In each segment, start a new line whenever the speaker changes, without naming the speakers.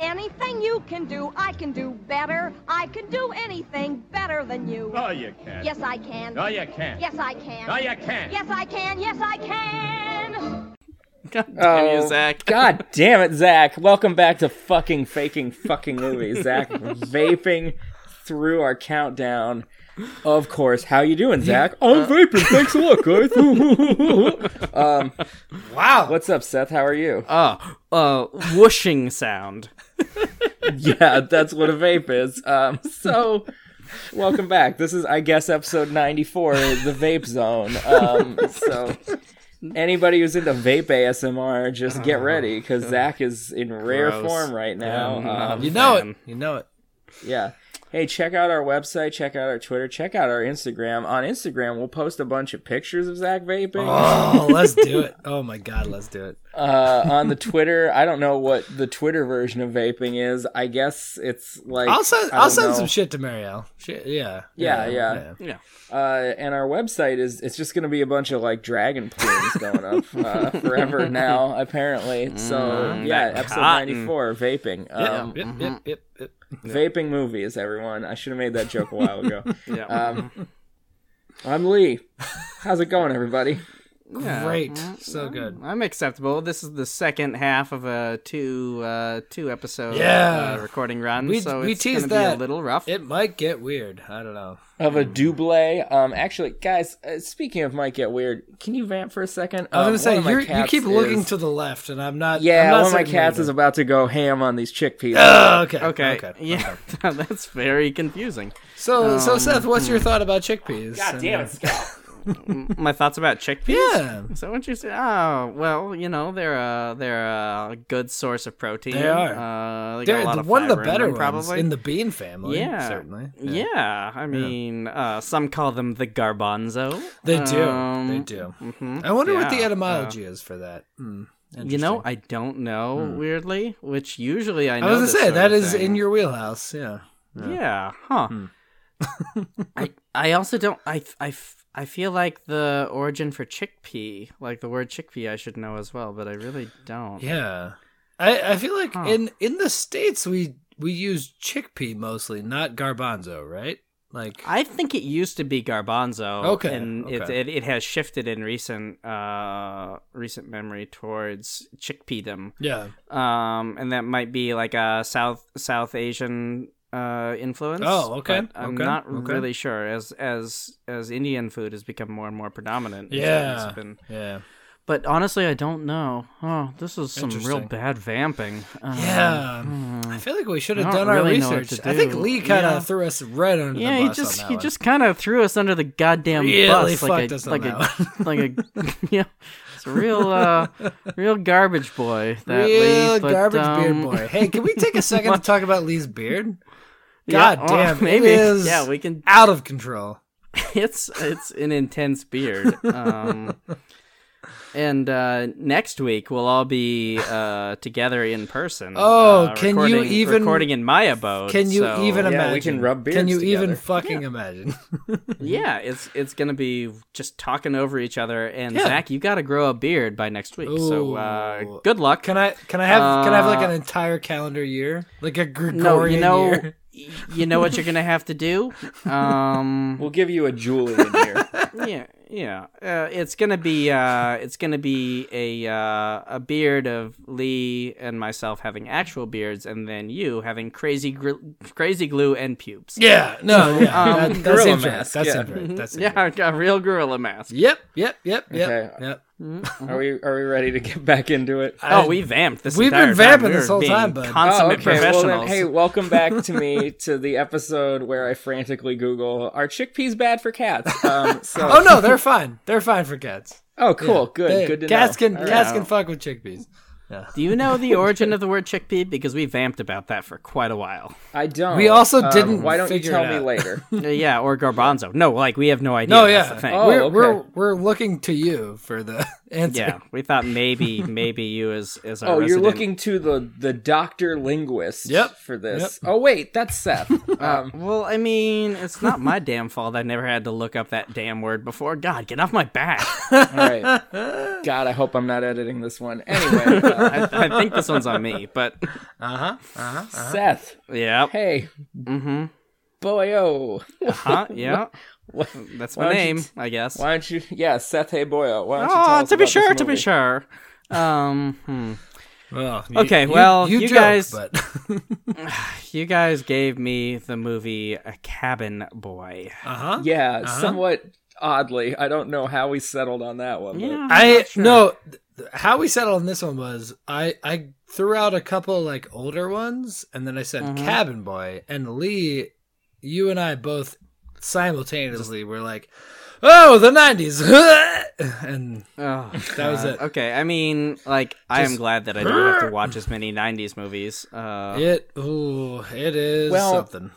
Anything you can do, I can do better. I can do anything better than you.
No, you can't.
Yes, I can.
No, you can't.
Yes, I can.
No, you can't.
Yes, I can. Yes, I can.
God damn
Oh,
you, Zach.
God damn it, Zach. Welcome back to fucking faking fucking movies. Zach vaping through our countdown. Of course. How you doing, Zach? I'm vaping. Thanks a lot, guys. um,
Wow.
what's up, Seth? How are you?
Oh, uh, whooshing sound.
yeah, that's what a vape is. Um, so, welcome back. This is, I guess, episode 94, the vape zone. Um, so, anybody who's into vape ASMR, just
Uh-huh.
get ready because Zach is in rare
Gross.
form right now.
Yeah,
Um,
Oh, you know
man.
it. You know it.
yeah. Hey, check out our website, check out our Twitter, check out our Instagram. On Instagram, we'll post a bunch of pictures of Zach vaping.
Oh, let's do it. Oh my god, let's do it.
Uh, on the Twitter, I don't know what the Twitter version of vaping is. I guess it's like
I'll
I
send.
don't
I'll send
know.
some shit to Marielle. Shit, yeah,
Yeah, yeah.
Yeah.
uh, and our website is it's just going to be a bunch of like dragon plumes going up uh, forever now apparently so
Mm,
yeah
that
episode
cotton.
94 vaping
Yeah,
um,
yep, yep, yep, yep.
vaping movies everyone i should have made that joke a while ago
Uh,
Yeah.
um, i'm lee how's it going everybody
Yeah.
Great,
mm-hmm.
so good.
I'm acceptable. This is the second half of a two uh, two episode
Yeah.
uh, recording run,
We-
so
we
it's
teased
gonna be a
that.
little rough.
It might get weird. I don't know.
of a double um actually guys uh, speaking of might get weird can you vamp for a second
I
Um,
was gonna
one of
say
my
you're, you
cats
keep looking
is-
to the left, and I'm not. I'm
yeah
not
one of my
certain
cats
either.
is about to go ham on these chickpeas
Oh, okay.
okay.
Okay.
Yeah. That's very confusing.
So,
Um,
so Seth, what's
mm.
your thought about chickpeas? God
Scott.
My thoughts about chickpeas.
Yeah.
So what you say? Oh well, you know they're a they're a good source of protein.
They are.
Uh, they got
They're
a lot
the-
of
one of the
fiber in
better
them,
ones
probably
in the bean family.
yeah,
certainly.
Yeah, I mean, uh, some call them the garbanzo.
They do.
Um,
they do.
mhm,
I wonder what the
yeah, Uh.
etymology is for that. Hmm.
You know,
Interesting. Hmm.
I don't know. Weirdly, which usually I know.
I was gonna
this
say
sort
that
of
is
thing.
in your Hmm. wheelhouse. Yeah.
Yeah. Huh. I I also don't. I f- I f- I feel like the origin for chickpea, like the word chickpea, I should know as well, but I really don't.
Yeah. I, I feel like in in the states we we use chickpea mostly, not garbanzo, right? Like
I think it used to be garbanzo.
Okay,
and It,
okay.
it it has shifted in recent uh recent memory towards chickpeedom.
yeah,
Um, and that might be like a South South Asian uh influence.
Oh, okay,
but I'm
okay,
not
okay.
really sure as as as Indian food has become more and more predominant. it's-
Yeah.
it's been-
yeah,
but honestly, I don't know. Oh, this is some real
Interesting.
bad vamping. Um,
yeah. I feel like we should have
I
done
don't
our
really know what
research.
to
I think
do.
Lee kind of
Yeah.
threw us right under
Yeah,
the
he
bus.
just
on that
he
one.
just kind of threw us under the goddamn
Really
bus, like
fucked
a
us on
like a
that
like a yeah, it's a real uh, real garbage boy. That
real
Lee, but,
garbage
um,
beard boy. Hey, can we take a second to talk about Lee's beard?
yeah,
God
oh,
damn,
maybe
it is
yeah, we can
out of control.
it's it's an intense beard. Um, and uh, next week we'll all be uh, together in person.
Oh,
uh,
can you
recording,
even-
recording in my abode?
Can you
so-
even imagine?
Yeah, we can rub
Can
beards
you even
together.
fucking imagine?
Yeah, it's it's gonna be just talking over each other. And
Yeah.
Zach, you got to grow a beard by next week. So uh,
Ooh.
good luck.
Can I can I have can I have like
Uh,
an entire calendar year, like a Gregorian
no, you know,
year?
y- you know what you're gonna have to do. Um,
we'll give you a jewel in here
yeah, yeah. Uh, it's gonna be uh, it's gonna be a uh, a beard of Lee and myself having actual beards, and then you having crazy gr- crazy glue and pubes.
Yeah, no, yeah,
um,
that, that
gorilla
seems right.
mask,
That
yeah.
seems right. That seems right.
Mm-hmm. Yeah, a real gorilla mask.
Yep, yep, yep, yep,
Okay.
yep.
Are we are we ready to get back into it? Oh,
Oh, we vamped this.
We've been
entire time.
vamping
We were
this whole
being
time, bud. Oh,
Consummate
Well then,
professionals.
hey, welcome back to me to the episode where I frantically Google are chickpeas bad for cats? Um, so,
Oh no, they're fine. They're fine for cats.
oh, cool, good,
They-
good to
cats
know.
can
All right.
cats can fuck with chickpeas. Yeah.
Do you know the origin of the word chickpea? Because we vamped about that for quite a while.
I don't. Um,
We also didn't
Why don't you
figure it
tell me
out.
later?
Uh, yeah, or garbanzo. No, like we have no idea.
No,
That's
yeah,
the thing.
Oh,
we're,
okay.
we're we're looking to you for the answer.
Yeah, we thought maybe maybe you as as our
Oh, you're
resident-
looking to the the doctor linguist
Yep.
for this. Oh wait, that's Seth. um,
Well, I mean, it's not my damn fault. I never had to look up that damn word before. God, get off my back.
all right. God, I hope I'm not editing this one. Anyway, uh,
I, I think this one's on me, but
Uh huh. Uh huh.
Seth.
yeah,
Hey,
mm-hmm,
boy, oh.
huh, yeah,
Why
that's
Why
my
don't you
name,
t-
I guess.
why don't you? Yeah, Seth. Hey, boyo. Why don't
Ah,
you tell
oh,
us
to be
about this
sure, to be
movie?
sure. Um, hmm.
Well, you-
Okay,
you-
well, you
joke,
guys-
But
you guys gave me the movie A Cabin Boy.
uh huh.
Uh-huh.
Yeah, somewhat oddly. I don't know how we settled on that one. but-
Yeah, I'm
I
not sure.
no. th- How we settled on this one was I I threw out a couple like older ones, and then I said Cabin Boy, and Lee, you and I both simultaneously were like, "Oh, the '90s," and
Oh,
that was
God.
it.
Okay, I mean, like, I am
Just-
glad that I don't have to watch as many '90s movies. Uh,
it ooh, it is
Well,
something.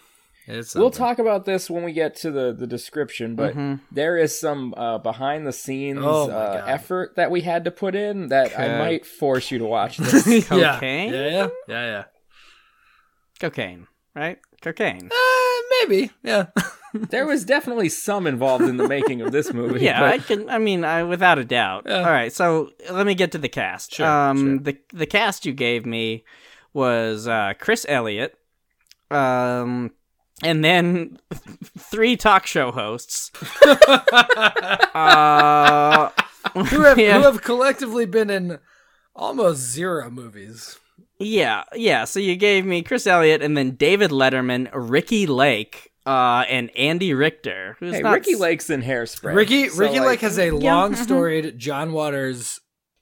It's something.
We'll talk about this when we get to the, the description,
Mm-hmm.
but there is some uh, behind the scenes
Oh my
uh,
God.
effort that we had to put in that I
Okay.
might force you to watch this.
yeah.
Cocaine?
Yeah, yeah, yeah, yeah.
cocaine, right? Cocaine.
Uh, maybe, yeah.
there was definitely some involved in the making of this movie.
Yeah,
but
I can. I mean, I without a doubt.
Yeah.
All right, so let me get to the cast.
Sure,
um,
sure.
the the cast you gave me was uh, Chris Elliott, um, and then three talk show hosts. uh,
who have
Yeah.
who have collectively been in almost zero movies.
Yeah, yeah. So you gave me Chris Elliott and then David Letterman, Ricky Lake, uh, and Andy Richter. Who's
hey,
not
Ricky
s-
Lake's in hairspray.
Ricky
so,
Ricky
like,
Lake has a long
mhm.
storied John Waters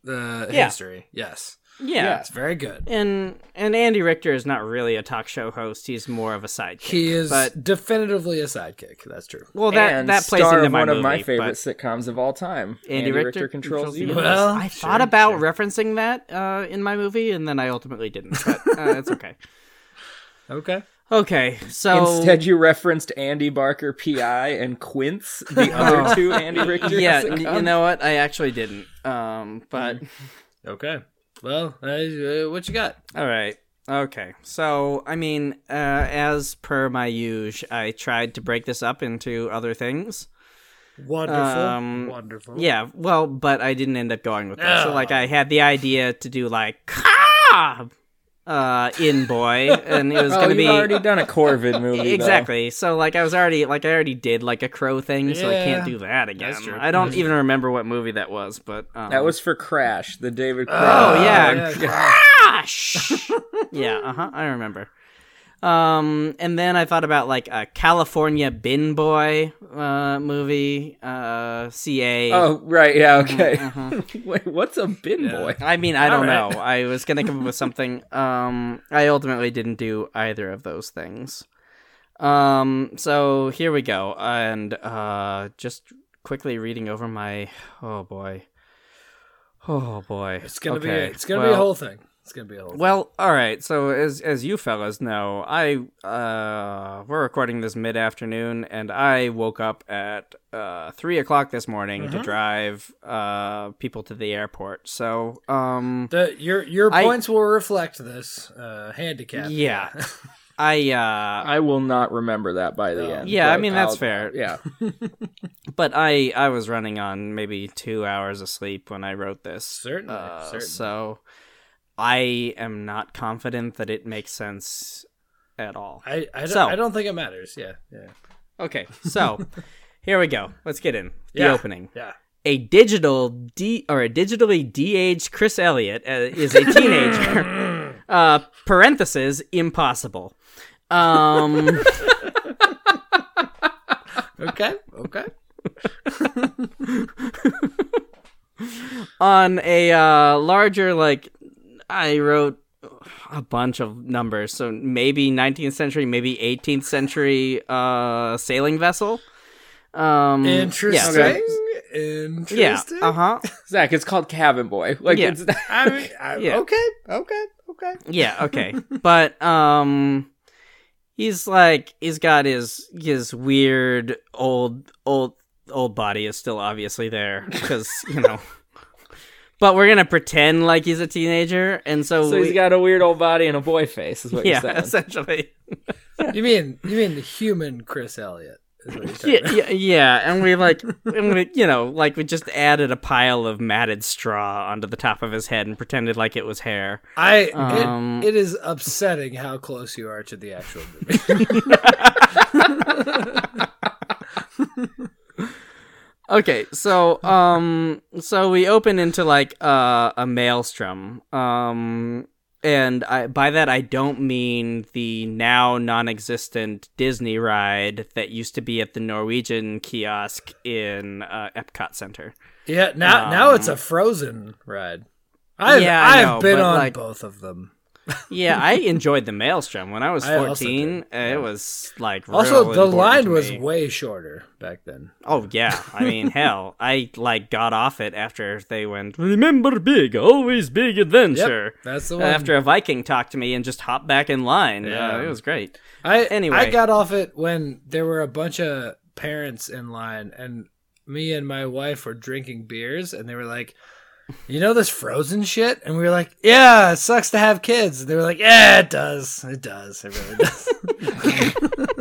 uh,
Yeah.
history. Yes,
Yeah.
it's very good.
And and Andy Richter is not really a talk show host. He's more of a sidekick.
He is
But
definitively a sidekick. That's true.
well, that
and
that plays
star
into
of
my
one
movie,
of my
but
favorite sitcoms of all time.
Andy, Richter,
controls, you.
Universe. Well,
I
sure,
thought about referencing that uh, in my movie, and then I ultimately didn't. But uh, it's okay.
Okay.
Okay, so
Instead, you referenced Andy Barker, PI, and Quince, the other two Andy Richter.
Oh. yeah, n-
sitcoms.
you know what? I actually didn't. Um, but
Mm-hmm.
Okay. Well, uh, uh, what you got?
All right. Okay. So, I mean, uh, as per my usual, I tried to break this up into other things.
Wonderful.
Um,
Wonderful.
Yeah. Well, but I didn't end up going with that. So,
Ah.
like, I had the idea to do like "Caw!" uh, in boy, and it was
Oh,
gonna
you've
be
already done a Corvid movie. though.
exactly. So, like, I was already like I already did like a crow thing, so I can't
Yeah.
do that again.
That's true.
I don't even remember what movie that was, but um,
That was for Crash, the David.
Oh
Cronenberg
yeah,
yeah,
and
yeah.
crash. yeah, uh huh. I remember. Um, and then I thought about like a California Bin Boy uh, movie, uh, CA.
Oh right, yeah,
Mm-hmm,
okay. Wait, what's a bin
Yeah.
boy?
I mean, I don't
All right.
know. I was gonna come up with something. Um, I ultimately didn't do either of those things. Um, so here we go, and uh, just quickly reading over my. Oh boy. Oh boy.
It's gonna be
Okay,
it's gonna be a
well-
whole thing. It's gonna be a whole. thing.
Well, all right. So as as you fellas know, I uh, we're recording this mid afternoon, and I woke up at uh, three o'clock this morning to drive uh, people to the airport. So um,
The, your your
I-
points will reflect this uh, handicap.
yeah, I uh,
I will not remember that by the end.
yeah. I
but
mean that's
I'll-
fair.
Yeah,
But I I was running on maybe two hours of sleep when I wrote this.
Certainly,
Uh,
certainly.
So I am not confident that it makes sense at all.
I I don't,
So-
I don't think it matters. Yeah. Yeah.
Okay, so here we go. Let's get in the
Yeah.
opening.
Yeah.
A digital de- or a digitally de-aged Chris Elliott uh, is a teenager. uh, parentheses impossible. Um,
Okay. Okay.
on a uh, larger like, I wrote a bunch of numbers, so maybe 19th century, maybe 18th century uh, sailing vessel. Um, yeah, so-
Interesting. interesting.
Yeah. Uh huh.
Zach, it's called Cabin Boy. Like
Yeah.
it's not,
I mean, I,
Yeah.
okay, okay, okay.
Yeah, okay. but um he's like he's got his his weird old old old body is still obviously there cuz you know but we're going to pretend like he's a teenager and so,
so
we,
he's got a weird old body and a boy face, is what
yeah,
you're saying.
essentially.
You mean you mean the human Chris Elliott? Is what you're talking
Yeah,
about.
yeah, yeah, and we like, and we, you know, like we just added a pile of matted straw onto the top of his head and pretended like it was hair.
I it-
Um,
it is upsetting how close you are to the actual movie.
Okay, so um, so we open into like uh, a maelstrom, um, and I, by that I don't mean the now non-existent Disney ride that used to be at the Norwegian kiosk in uh, Epcot Center.
yeah, now now it's a Frozen ride. I've
Um, Yeah, I
I've
know,
been
but,
on
like-
both of them.
Yeah, I enjoyed the maelstrom when I was
I also
fourteen. it was like real
Also, the
important
line
to
was
me.
way shorter back then.
Oh yeah, I mean hell, I like got off it after they went. Remember big, always big adventure.
That's the
Uh,
one.
after a Viking talked to me and just hopped back in line.
Yeah.
Uh, it was great.
I
Anyway.
I got off it when there were a bunch of parents in line, and me and my wife were drinking beers, and they were like, "You know this frozen shit?" And we were like, "Yeah, it sucks to have kids." And they were like, "Yeah, it does. It does. It really does."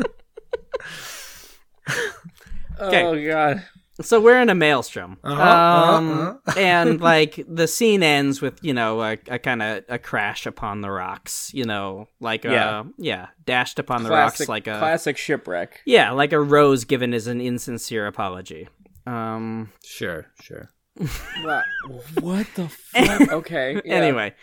Oh god.
So we're in a maelstrom,
Uh-huh,
um,
uh.
and like the scene ends with you know a, a kind of a crash upon the rocks. You know, like
Yeah.
a, yeah, dashed upon the
Classic
rocks like a
classic shipwreck.
yeah, like a rose given as an insincere apology. Um.
sure, sure.
Wow. what the fuck? Okay. yeah.
Anyway.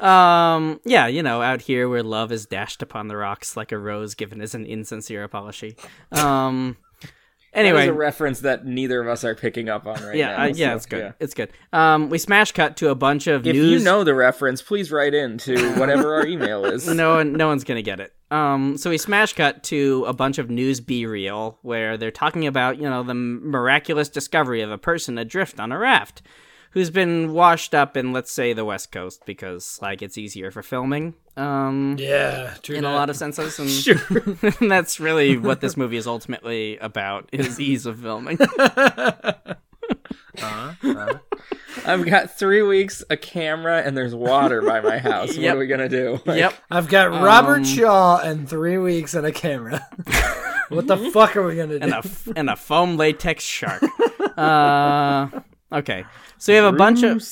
Um yeah, you know, out here where love is dashed upon the rocks like a rose given as an insincere apology. Um
That
anyway,
is a reference that neither of us are picking up on right
yeah,
now.
uh, yeah,
so,
it's good.
yeah.
It's good. Um, we smash cut to a bunch of
If
news.
you know the reference, please write in to whatever our email is.
no one, no one's gonna get it. Um, so we smash cut to a bunch of news B reel where they're talking about you know the miraculous discovery of a person adrift on a raft, who's been washed up in let's say the West Coast because like it's easier for filming. Um,
Yeah, true.
in a
that.
lot of senses, and, and that's really what this movie is ultimately about: is ease of filming.
I've got three weeks, a camera, and there's water by my house.
Yep.
What are we gonna do? Like,
yep.
I've got Robert
Um,
Shaw and three weeks and a camera. what the fuck are we gonna do?
and a f- and a foam latex shark. Uh, okay, so we have a bunch of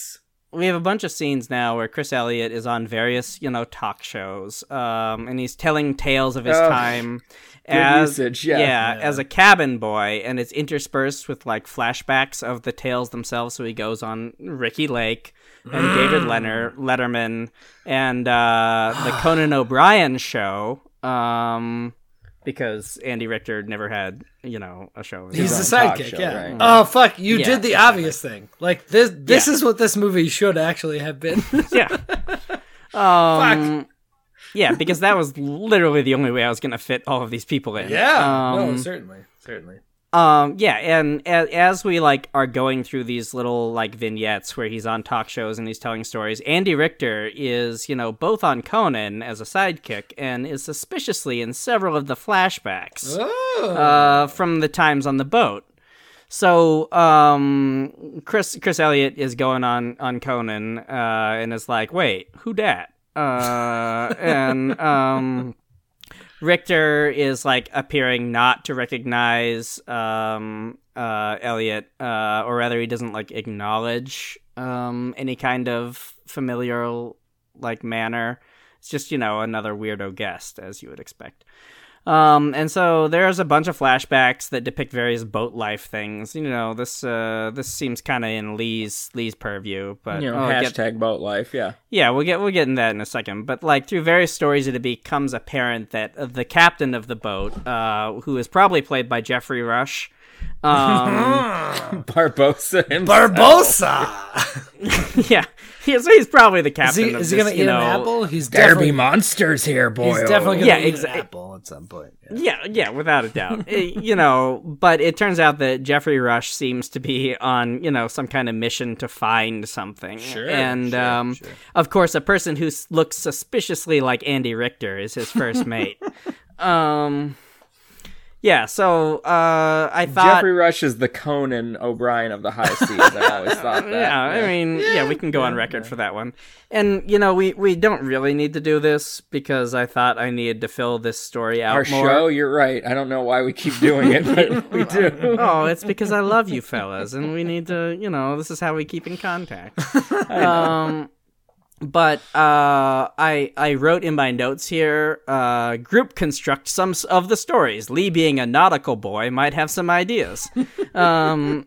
we have a bunch of scenes now where Chris Elliott is on various you know talk shows, um, and he's telling tales of his
Ugh.
time as
usage, yeah.
as a cabin boy, and it's interspersed with like flashbacks of the tales themselves. So he goes on Ricky Lake. And
Mm.
David Leonard, Letterman and uh, the Conan O'Brien show. Um, because Andy Richter never had, you know, a show. of his
He's
own.
his
the
own talk
sidekick,
show,
yeah.
right.
Oh fuck, you
Yeah,
did the obvious thing. Like this this is what this movie should actually have been.
yeah. Um, Yeah, because that was literally the only way I was going to fit all of these people in. Um,
no, certainly. Certainly.
um, yeah, and a- as we like are going through these little like vignettes where he's on talk shows and he's telling stories, Andy Richter is you know both on Conan as a sidekick and is suspiciously in several of the flashbacks.
Oh.
uh, from the times on the boat. So um, Chris Chris Elliott is going on on Conan uh, and is like, wait, who dat? Uh, and um, Richter is like appearing not to recognize um, uh, Elliot, uh, or rather, he doesn't like acknowledge um, any kind of familial like manner. It's just you know another weirdo guest, as you would expect. Um, and so there's a bunch of flashbacks that depict various boat life things. You know, this uh, this seems kind of in Lee's Lee's purview, but
You know,
I'll Oh, get-
hashtag boat life. Yeah.
yeah, we'll get we'll get in that in a second. But like through various stories, it becomes apparent that uh, the captain of the boat, uh, who is probably played by Jeffrey Rush, um,
Barbosa himself.
Barbosa.
yeah, yeah. So he's probably the
Is he,
captain. of
is he
this,
gonna
you
eat an
know-
apple? He's
There be
definitely
monsters here, boy.
he's definitely gonna
Yeah,
eat
exa-
an apple at some point. Yeah.
Yeah, yeah, without a doubt. Uh, you know, but it turns out that Jeffrey Rush seems to be on, you know, some kind of mission to find something.
Sure,
And
sure,
um,
sure.
of course, a person who s- looks suspiciously like Andy Richter is his first mate. um, yeah. So uh, I thought.
Jeffrey Rush is the Conan O'Brien of the high seas. I always thought that.
yeah, I mean, yeah, we can go on record for that one. And you know, we we don't really need to do this because I thought I needed to fill this story out
our
more.
show. You're right. I don't know why we keep doing it, but we do.
oh, it's because I love you fellas, and we need to, you know, this is how we keep in contact. um, but uh, I I wrote in my notes here, uh, group construct some s- of the stories. Lee being a nautical boy might have some ideas. Um,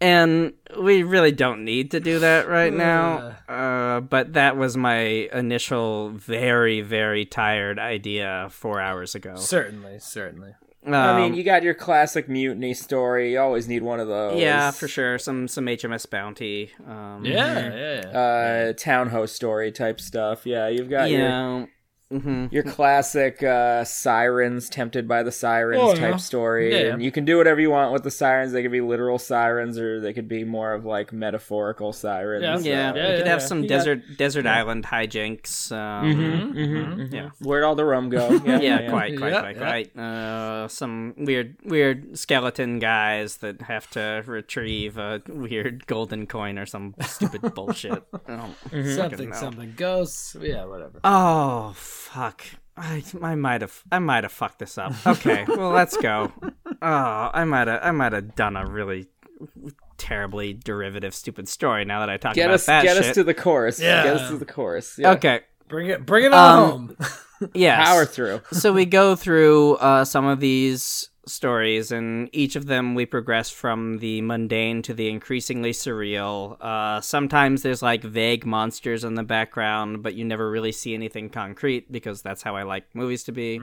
and we really don't need to do that right now. Uh, but that was my initial, very very tired idea four hours ago.
Certainly, certainly.
I
Um,
mean, you got your classic mutiny story. You always need one of those.
Yeah, for sure. Some some HMS bounty. Um,
Yeah, yeah, yeah.
Uh, town host story type stuff. Yeah, you've got
You
your
know. hmm
your classic uh, sirens tempted by the sirens
Oh, yeah.
type story.
Yeah, yeah.
And you can do whatever you want with the sirens. They could be literal sirens, or they could be more of like metaphorical
Yeah.
sirens.
Yeah,
Yeah,
we
yeah,
could have
yeah.
some
You got-
desert desert island hijinks. Um,
hmm
Yeah.
Where'd all the rum go? Yeah,
Yeah, quite, quite,
Mm-hmm. Yeah,
quite,
yeah.
quite. Uh, some weird, weird skeleton guys that have to retrieve a weird golden coin or some stupid bullshit. I don't fucking
something,
know.
something. Ghosts. Yeah, whatever.
Oh fuck! I, I might have I might have fucked this up. Okay, well let's go. Oh, I might have I might have done a really terribly derivative, stupid story. Now that I talk
Get
about
us,
that
get
shit.
us to the chorus.
Yeah.
Get us to the chorus. Yeah.
okay,
Bring it, bring it on
Um,
home.
yeah.
Power through.
so we go through uh, some of these stories, and each of them we progress from the mundane to the increasingly surreal. Uh, sometimes there's like vague monsters in the background, but you never really see anything concrete because that's how I like movies to be.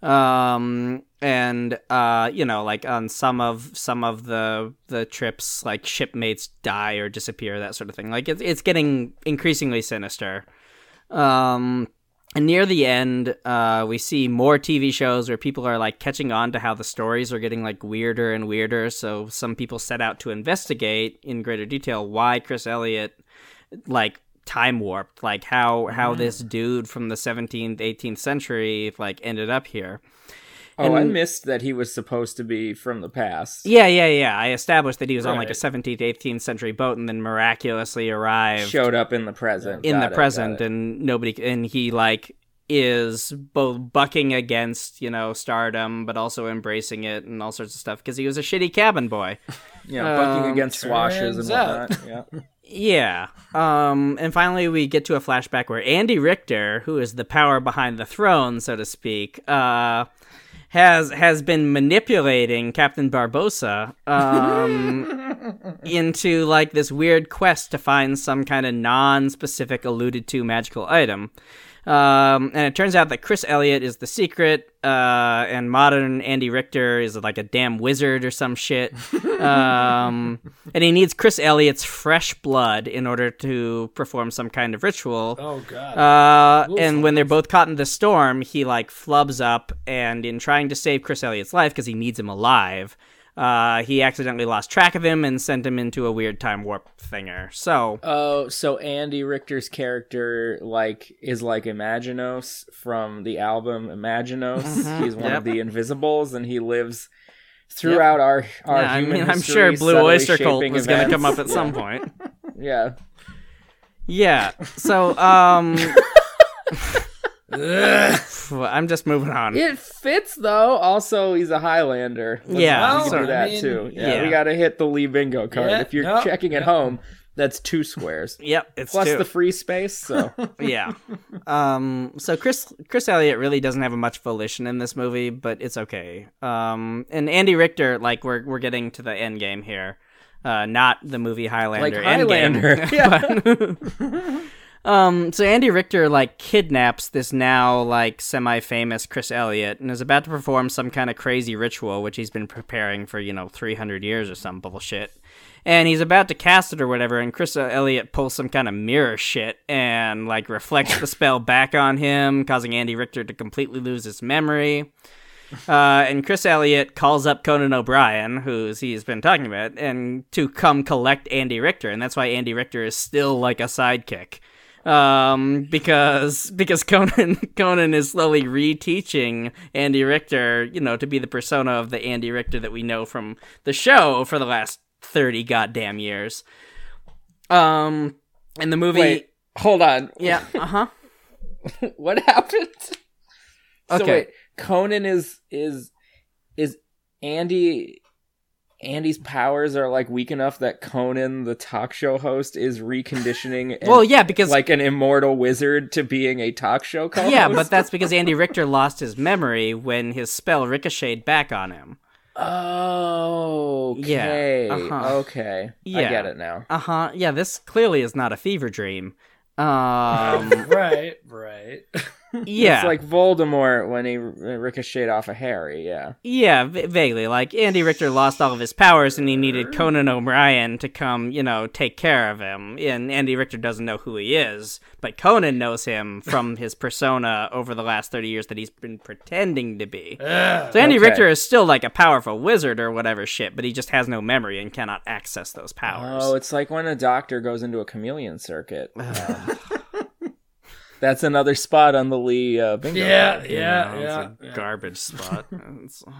Um, and uh, you know, like on some of some of the the trips, like shipmates die or disappear, that sort of thing. Like it's it's getting increasingly sinister. Um, and near the end, uh, we see more TV shows where people are like catching on to how the stories are getting like weirder and weirder. So some people set out to investigate in greater detail why Chris Elliott like time warped, like how how this dude from the 17th, 18th century like ended up here.
Oh, I missed that he was supposed to be from the past.
Yeah, yeah, yeah. I established that he was on like a
Right.
17th, 18th century boat and then miraculously arrived
Showed up in the present.
in
Got
the
it, got
present
it.
and nobody and he like is both bucking against you know stardom but also embracing it and all sorts of stuff because he was a shitty cabin boy
Yeah, bucking
Um,
against swashes and
turns out.
whatnot. Yeah.
yeah um and finally we get to a flashback where andy richter who is the power behind the throne so to speak uh has has been manipulating captain barbosa um into like this weird quest to find some kind of non-specific alluded to magical item Um, and it turns out that Chris Elliott is the secret, uh, and modern Andy Richter is like a damn wizard or some shit. Um, and he needs Chris Elliott's fresh blood in order to perform some kind of ritual.
Oh god.
Uh, and when they're both caught in the storm, he like flubs up, and in trying to save Chris Elliott's life because he needs him alive, uh, he accidentally lost track of him and sent him into a weird time warp thinger. So,
Oh, so Andy Richter's character like is like Imaginos from the album Imaginos. He's one
Mm-hmm. Yep.
of the Invisibles, and he lives throughout our our
yeah, I
human
mean, I'm
history,
sure Blue
subtly
Oyster Cult
shaping
was going to
events.
come up at some point.
Yeah,
Yeah. So, um,
Ugh.
pff, I'm just moving on.
it fits though. Also, he's a Highlander. Let's
Yeah,
do
so-
that
I mean,
too. Yeah,
yeah.
we got to hit the Lee Bingo card.
Yeah,
if you're
no,
checking at home, that's two squares
Yep, it's
plus
two.
the free space. So
yeah. Um. So Chris Chris Elliott really doesn't have much volition in this movie, but it's okay. Um. And Andy Richter, like we're we're getting to the end game here, uh, not the movie Highlander.
Highlander.
Endgame. Um, so Andy Richter like kidnaps this now like semi-famous Chris Elliott and is about to perform some kind of crazy ritual which he's been preparing for you know 300 years or some bullshit, and he's about to cast it or whatever. And Chris Elliott pulls some kind of mirror shit and like reflects the spell back on him, causing Andy Richter to completely lose his memory. Uh, and Chris Elliott calls up Conan O'Brien, who's he's been talking about, and to come collect Andy Richter, and that's why Andy Richter is still like a sidekick, um, because because Conan Conan is slowly reteaching Andy Richter, you know, to be the persona of the Andy Richter that we know from the show for the last thirty goddamn years. Um, in the movie,
Wait, hold on.
yeah, uh huh.
what happened? So
Okay.
wait, Conan is is is Andy Andy's powers are like weak enough that Conan the talk show host is reconditioning and
Well, yeah, because
like an immortal wizard to being a talk show co-host.
Yeah, but that's because Andy Richter lost his memory when his spell ricocheted back on him.
Oh,
Yeah,
okay.
uh-huh.
Okay. I
Yeah.
get it now.
Uh huh. Yeah, this clearly is not a fever dream. Um.
right, right.
yeah.
It's like Voldemort when he r- ricocheted off of Harry, yeah.
Yeah, v- vaguely. Like Andy Richter lost all of his powers, and he needed Conan O'Brien to come, you know, take care of him. And Andy Richter doesn't know who he is, but Conan knows him from his persona over the last thirty years that he's been pretending to be. so Andy
Okay.
Richter is still like a powerful wizard or whatever shit, but he just has no memory and cannot access those powers.
Oh, it's like when a doctor goes into a chameleon circuit. Um, that's another spot on the Lee uh, bingo.
Yeah, yeah,
You
yeah.
know, it's a
yeah.
garbage spot. It's- uh,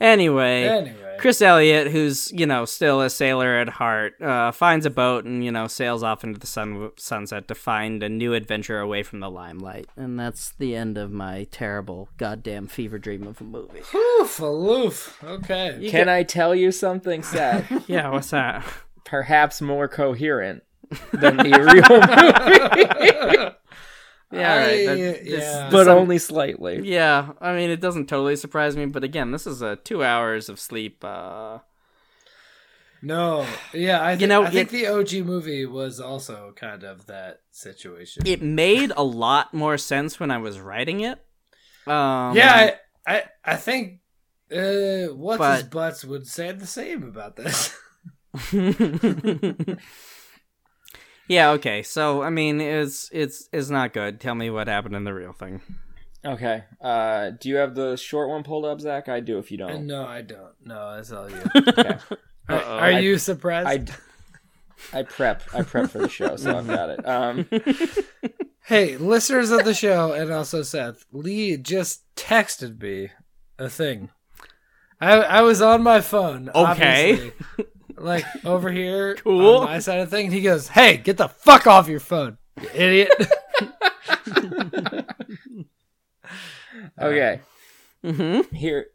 Anyway,
Anyway.
Chris Elliott, who's you know still a sailor at heart, uh, finds a boat and you know sails off into the sun sunset to find a new adventure away from the limelight. And that's the end of my terrible goddamn fever dream of a movie.
Oof, aloof. Okay.
Can I tell you something, Seth?
yeah, what's that?
Perhaps more coherent than the real movie,
Yeah, right,
I-
that- this-
yeah.
but only slightly.
Yeah, I mean it doesn't totally surprise me, but again, this is uh, two hours of sleep. Uh,
No, yeah, I,
You know,
know, I think the OG movie was also kind of that situation.
it made a lot more sense when I was writing it. Um,
yeah, I, I, I think uh, what's his
But-
butts would say the same about this.
yeah, okay. So I mean it's it's it's not good. Tell me what happened in the real thing.
Okay. Uh, do you have the short one pulled up, Zach? I do if you don't.
no, I don't. No, that's all you.
Okay.
Are,
Uh-oh.
uh, are
I-
you surprised?
I, I prep. I prep for the show, so I've got it. Um,
Hey, listeners of the show, and also Seth, Lee just texted me a thing. I I was on my phone.
Okay.
obviously, like over here,
Cool.
On my side of the thing, and he goes, "Hey, get the fuck off your phone, you idiot." Uh,
okay.
hmm
mm-hmm.
Here.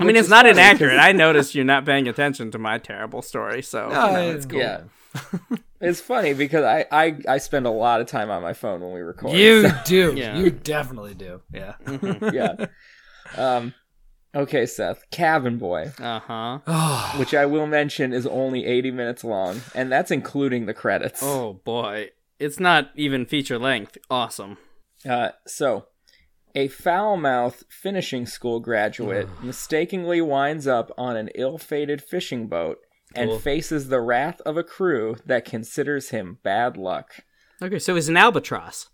I mean it's not inaccurate. I noticed you're not paying attention to my terrible story, so
No,
you know,
I-
it's cool.
Yeah. it's funny because I, I I spend a lot of time on my phone when we record.
you do.
Yeah.
You definitely do. Yeah.
Mm-hmm.
so, yeah. Um okay, Seth. Cabin Boy,
Uh-huh.
Oh,
which I will mention is only 80 minutes long, and that's including the credits.
Oh boy. It's not even feature length. Awesome.
Uh, so, a foul mouthed finishing school graduate mistakenly winds up on an ill fated fishing boat and
Cool.
faces the wrath of a crew that considers him bad luck.
Okay, so it's an albatross.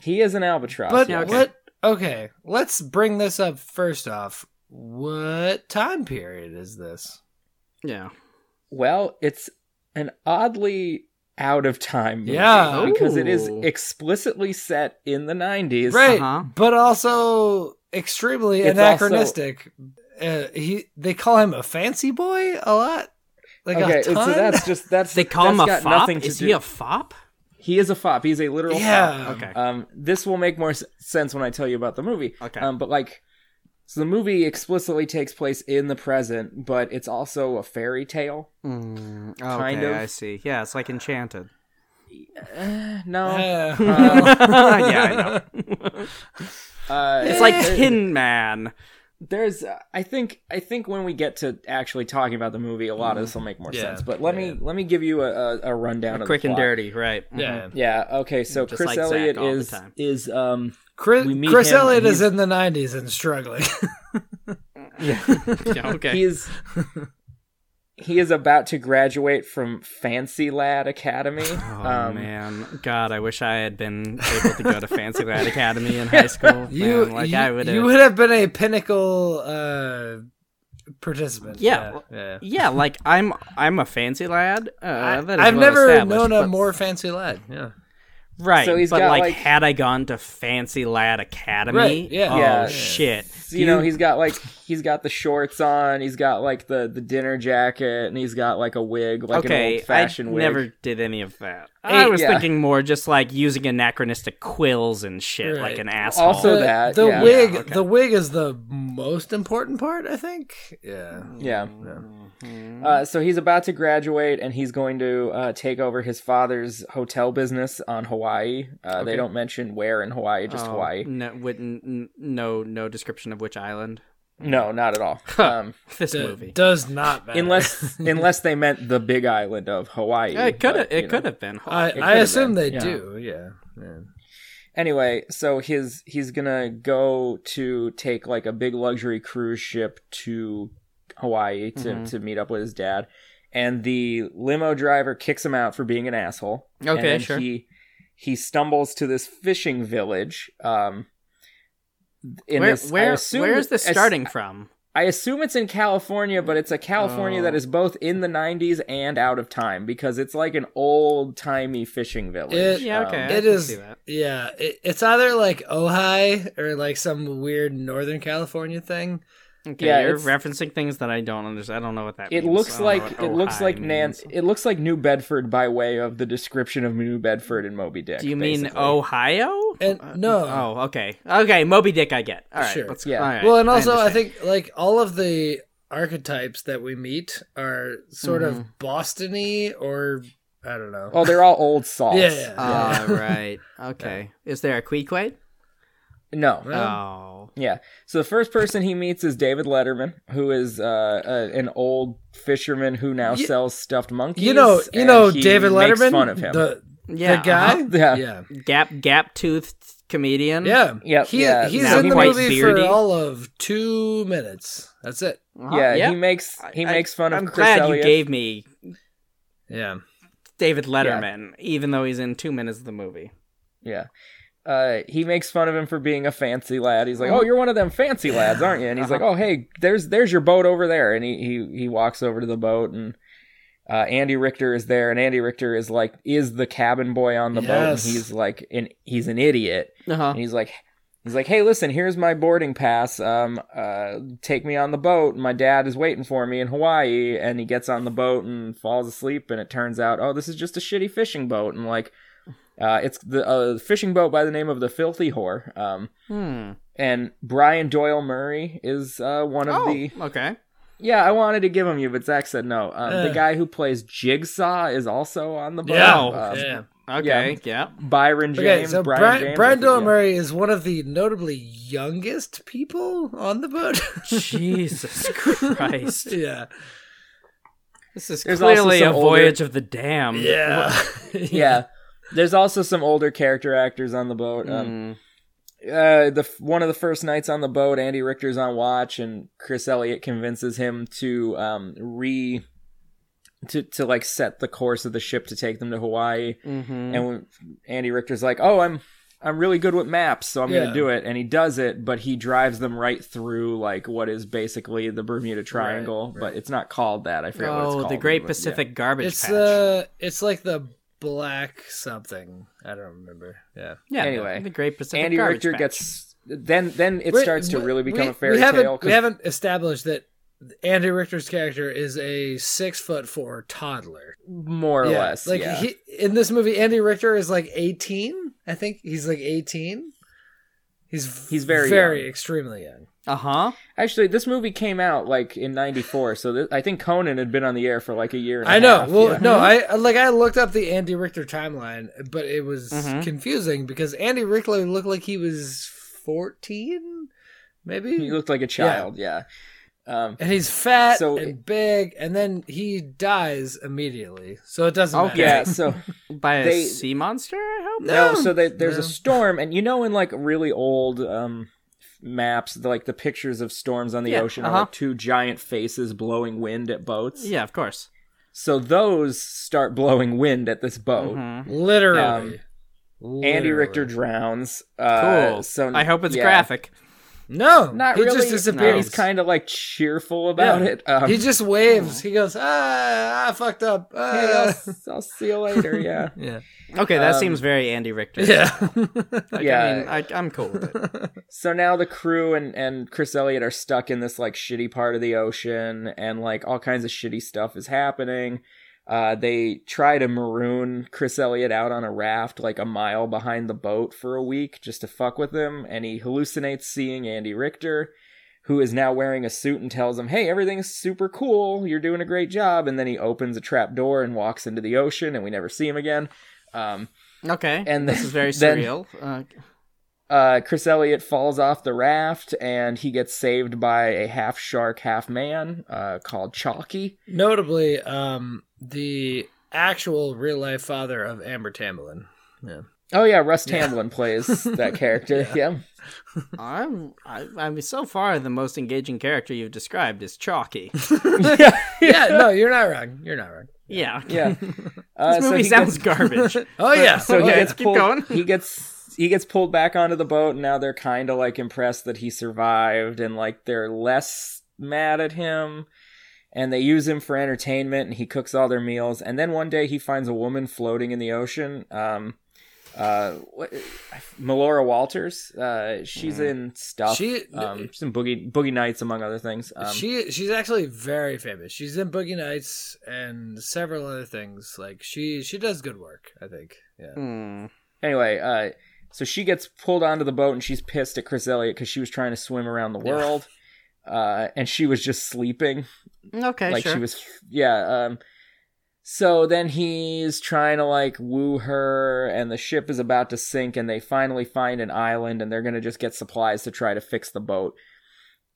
He is an albatross.
but
yes.
what? Okay, let's bring this up first off. What time period is this?
Yeah.
Well, it's an oddly out of time movie
Yeah.
because it is
Ooh.
explicitly set in the 90s.
right
Uh-huh.
but also extremely
It's
anachronistic uh, he they call him a fancy boy a lot like
Okay,
a
so
ton
that's just that's
They call
that's
him a
got
fop?
nothing to
Is
do.
he a fop?
he is a fop. He's a literal fop.
yeah
Okay.
Um, this will make more s- sense when I tell you about the movie.
Okay.
Um, but like, so the movie explicitly takes place in the present, but it's also a fairy tale.
Mm,
Kind
okay,
of.
I see. Yeah, it's like enchanted.
No,
Uh,
yeah, I know.
uh,
It's like Tin Man.
there's uh, i think i think when we get to actually talking about the movie a lot of this will make more
Yeah,
sense but let
yeah.
me let me give you a, a, a rundown of the
Quick and
plot.
dirty, right? Mm-hmm.
Yeah.
yeah okay so
Just
chris
like Zach
elliott
all the
is
time.
is um
Chris,
We meet
Chris
him
Elliott
and
is in the 90s and struggling.
Mhm. Yeah, okay.
he is he is about to graduate from fancy lad academy
Oh
um
man, God! I wish I had been able to go to Fancy Lad Academy in high school.
you,
man, like
you,
I would
you
have.
would have been a pinnacle uh, participant.
Yeah.
yeah.
Yeah, like I'm, I'm a fancy lad. Uh, that is
I've
well
never
established,
known a
but-
more fancy lad. Yeah.
right.
So he's
but
got,
like,
like-
had I gone to Fancy Lad Academy,
Right, yeah.
oh
Yeah.
shit,
you know he's got like he's got the shorts on he's got like the the dinner jacket and he's got like a wig like an
okay,
old fashioned
I
wig Eh,
never did any of that. I was
yeah.
thinking more just like using anachronistic quills and shit,
Right.
like an asshole.
Also- So
the,
that,
the
yeah.
wig,
Yeah, okay.
the wig is the most important part, I think. Yeah.
yeah
Mhm.
Uh, so he's about to graduate, and he's going to uh, take over his father's hotel business on Hawaii. Uh, They don't mention where in Hawaii, just
Oh,
Hawaii.
No, wouldn't, n- no, no description of which island.
No, not at all. um,
This
D-
movie.
does not matter.
unless unless they meant the big island of Hawaii.
Yeah, it could have.
but, you
It
know.
could have been.
I,
could
I
have been,
assume they
yeah.
do. Yeah. yeah.
Anyway, so his he's gonna go to take like a big luxury cruise ship to Hawaii to
Mhm.
to meet up with his dad, and the limo driver kicks him out for being an asshole. and
Okay,
then
sure.
He he stumbles to this fishing village. Um, in
where,
this, I
where,
assume,
where is this
I s-
starting from?
I, assume it's in California, but it's a California
Oh.
that is both in the '90s and out of time because it's like an old timey fishing village.
It-
Yeah,
um,
okay. I
it
can
is-
see that.
Yeah, it, it's either like Ojai or like some weird Northern California thing.
Okay,
yeah,
you're
it's-
referening things that I don't understand. I don't know what that
It
means. I
looks
don't know
like
what
it looks
Ojai
like Nan.
means.
It looks like New Bedford by way of the description of New Bedford in Moby Dick.
Do you mean
basically.
oh,
Ohio?
And-
Uh,
no.
Oh, okay. Okay, Moby Dick I get. All right.
Sure.
Let's,
Yeah.
all right,
well, and also I,
understand.
think like all of the archetypes that we meet are sort of Bostony or I don't know.
Mm-hmm. Oh, they're all old salts.
yeah, yeah, yeah.
Ah, right. Okay. Is there a Queequeg?
No.
Well,
Oh.
Yeah. So the first person he meets is David Letterman, who is uh, a, an old fisherman who now
You-
sells stuffed monkeys.
you know, you
and
know
he
David
makes
Letterman,
fun of him.
the
Yeah.
the guy.
uh-huh.
Yeah. Mm-hmm.
yeah,
Gap gap toothed comedian.
yeah,
Yep,
He,
yeah,
He's
now
in the
quite
movie
beardy.
for all of two minutes. That's it.
Uh-huh,
yeah, He makes he
I-
makes fun
I'm
of Chris
glad
Elliott.
you gave me
Yeah,
David Letterman, even though he's in two minutes of the movie.
Yeah. Uh, he makes fun of him for being a fancy lad. He's like, "Oh, you're one of them fancy lads, aren't you?" And he's like, "Oh, hey, there's there's your boat over there." And he he, he walks over to the boat, and uh, Andy Richter is there, and Andy Richter is like, is the cabin boy on the boat, and
Yes.
he's like, an he's an idiot,
Uh-huh.
and he's like. He's like, hey, listen, here's my boarding pass. Um, uh, take me on the boat. My dad is waiting for me in Hawaii. And he gets on the boat and falls asleep. And it turns out, oh, this is just a shitty fishing boat. And like, uh, it's the uh, fishing boat by the name of the Filthy Whore. Um,
Hmm.
and Brian Doyle Murray is uh, one of
Oh,
the.
okay.
Yeah, I wanted to give him you, but Zach said no. Um, The
Ugh.
guy who plays Jigsaw is also on the boat.
Eh. yeah,
Um,
yeah.
Okay. Yeah.
Byron James.
Okay, so
Brian,
Brian,
James,
Brian
I think,
Doyle
yeah.
Murray is one of the notably youngest people on the boat.
Jesus Christ.
yeah,
This is
There's also
clearly a
some older-
voyage of the damned.
yeah,
Um, Yeah. There's also some older character actors on the boat. Um,
Mm.
uh, the f- one of the first nights on the boat, Andy Richter's on watch, and Chris Elliott convinces him to um, re to to like set the course of the ship to take them to Hawaii.
Mhm.
And when Andy Richter's like, "Oh, I'm I'm really good with maps, so I'm
Yeah.
gonna do it," and he does it, but he drives them right through like what is basically the Bermuda Triangle, but it's not called that. I forget what it's
Oh,
called.
the Great
but- yeah.
Pacific Garbage
it's
Patch.
uh, it's like the black something. I don't remember. Yeah,
yeah,
anyway,
the Great Pacific
Andy
Garbage
Richter
Patch.
gets then then it
Wait,
starts to
we-
really become
we-
a fairy
we haven't,
tale. 'cause-
We haven't established that Andy Richter's character is a six foot four toddler,
more or
yeah,
less,
Like
yeah.
he in this movie, Andy Richter is like eighteen. I think he's like eighteen. He's
He's very
very
young.
extremely young.
Uh huh.
Actually, this movie came out like in '94, so th- I think Conan had been on the air for like a year. And a
I know.
half,
well,
yeah. Mm-hmm.
no, I like I looked up the Andy Richter timeline, but it was
Mm-hmm.
Mhm.
confusing because Andy Richter looked like he was fourteen maybe.
He looked like a child. Yeah. Um,
and he's fat
So
and big, and then he dies immediately. So it doesn't matter.
Okay.
Oh, yeah. So
By a
They-
sea monster, I hope.
no. So they, there's
No.
a storm, and you know, in like really old um, maps, the- like the pictures of storms on the
Yeah,
ocean are
uh-huh.
like two giant faces blowing wind at boats.
Yeah, of course.
So those start blowing wind at this boat.
Mhm.
Literally.
Um, Andy
Literally.
Richter drowns. Uh,
Cool.
So
I hope it's
yeah.
graphic.
No,
Not
he
really.
Just disappears.
He's kind of like cheerful about
Yeah.
it. Um,
he just waves. He goes, ah, I fucked up.
hey, I'll,
Ah.
I'll see you later. Yeah.
Yeah.
Okay, that
Um,
seems very Andy Richter.
Yeah.
Like,
Yeah.
I mean, I, I'm cool with it.
So now the crew and, and Chris Elliott are stuck in this like shitty part of the ocean, and like all kinds of shitty stuff is happening. Uh, they try to maroon Chris Elliott out on a raft like a mile behind the boat for a week just to fuck with him, and he hallucinates seeing Andy Richter, who is now wearing a suit and tells him, "Hey, everything's super cool. You're doing a great job." And then he opens a trap door and walks into the ocean, and we never see him again. Um,
Okay,
And
this is very
then-
surreal. Uh,
uh, Chris Elliott falls off the raft and he gets saved by a half shark, half man uh, called Chalky.
Notably, um, the actual real life father of Amber Tamblyn.
Oh yeah, Russ
Yeah.
Tamblyn plays that character. yeah.
I'm, I, I mean, so far the most engaging character you've described is Chalky.
yeah,
Yeah, no, you're not wrong. You're not wrong.
Yeah, okay.
yeah. Uh,
This movie
he
sounds
gets-
garbage.
Oh yeah.
so he
Okay,
gets
keep
pulled,
going.
He gets he gets pulled back onto the boat, and now they're kind of like impressed that he survived, and like they're less mad at him. And they use him for entertainment, and he cooks all their meals. And then one day he finds a woman floating in the ocean. Um, uh, what, Melora Walters. Uh, she's in stuff.
She-
um, she's in Boogie Boogie Nights, among other things. Um,
she she's actually very famous. She's in Boogie Nights and several other things. Like she she does good work, I think. Yeah.
Hmm.
anyway, uh, so she gets pulled onto the boat and she's pissed at Chris Elliott because she was trying to swim around the world, uh, and she was just sleeping.
Okay,
like
sure.
she was, yeah. Um, so then he's trying to like woo her, and the ship is about to sink, and they finally find an island, and they're gonna just get supplies to try to fix the boat.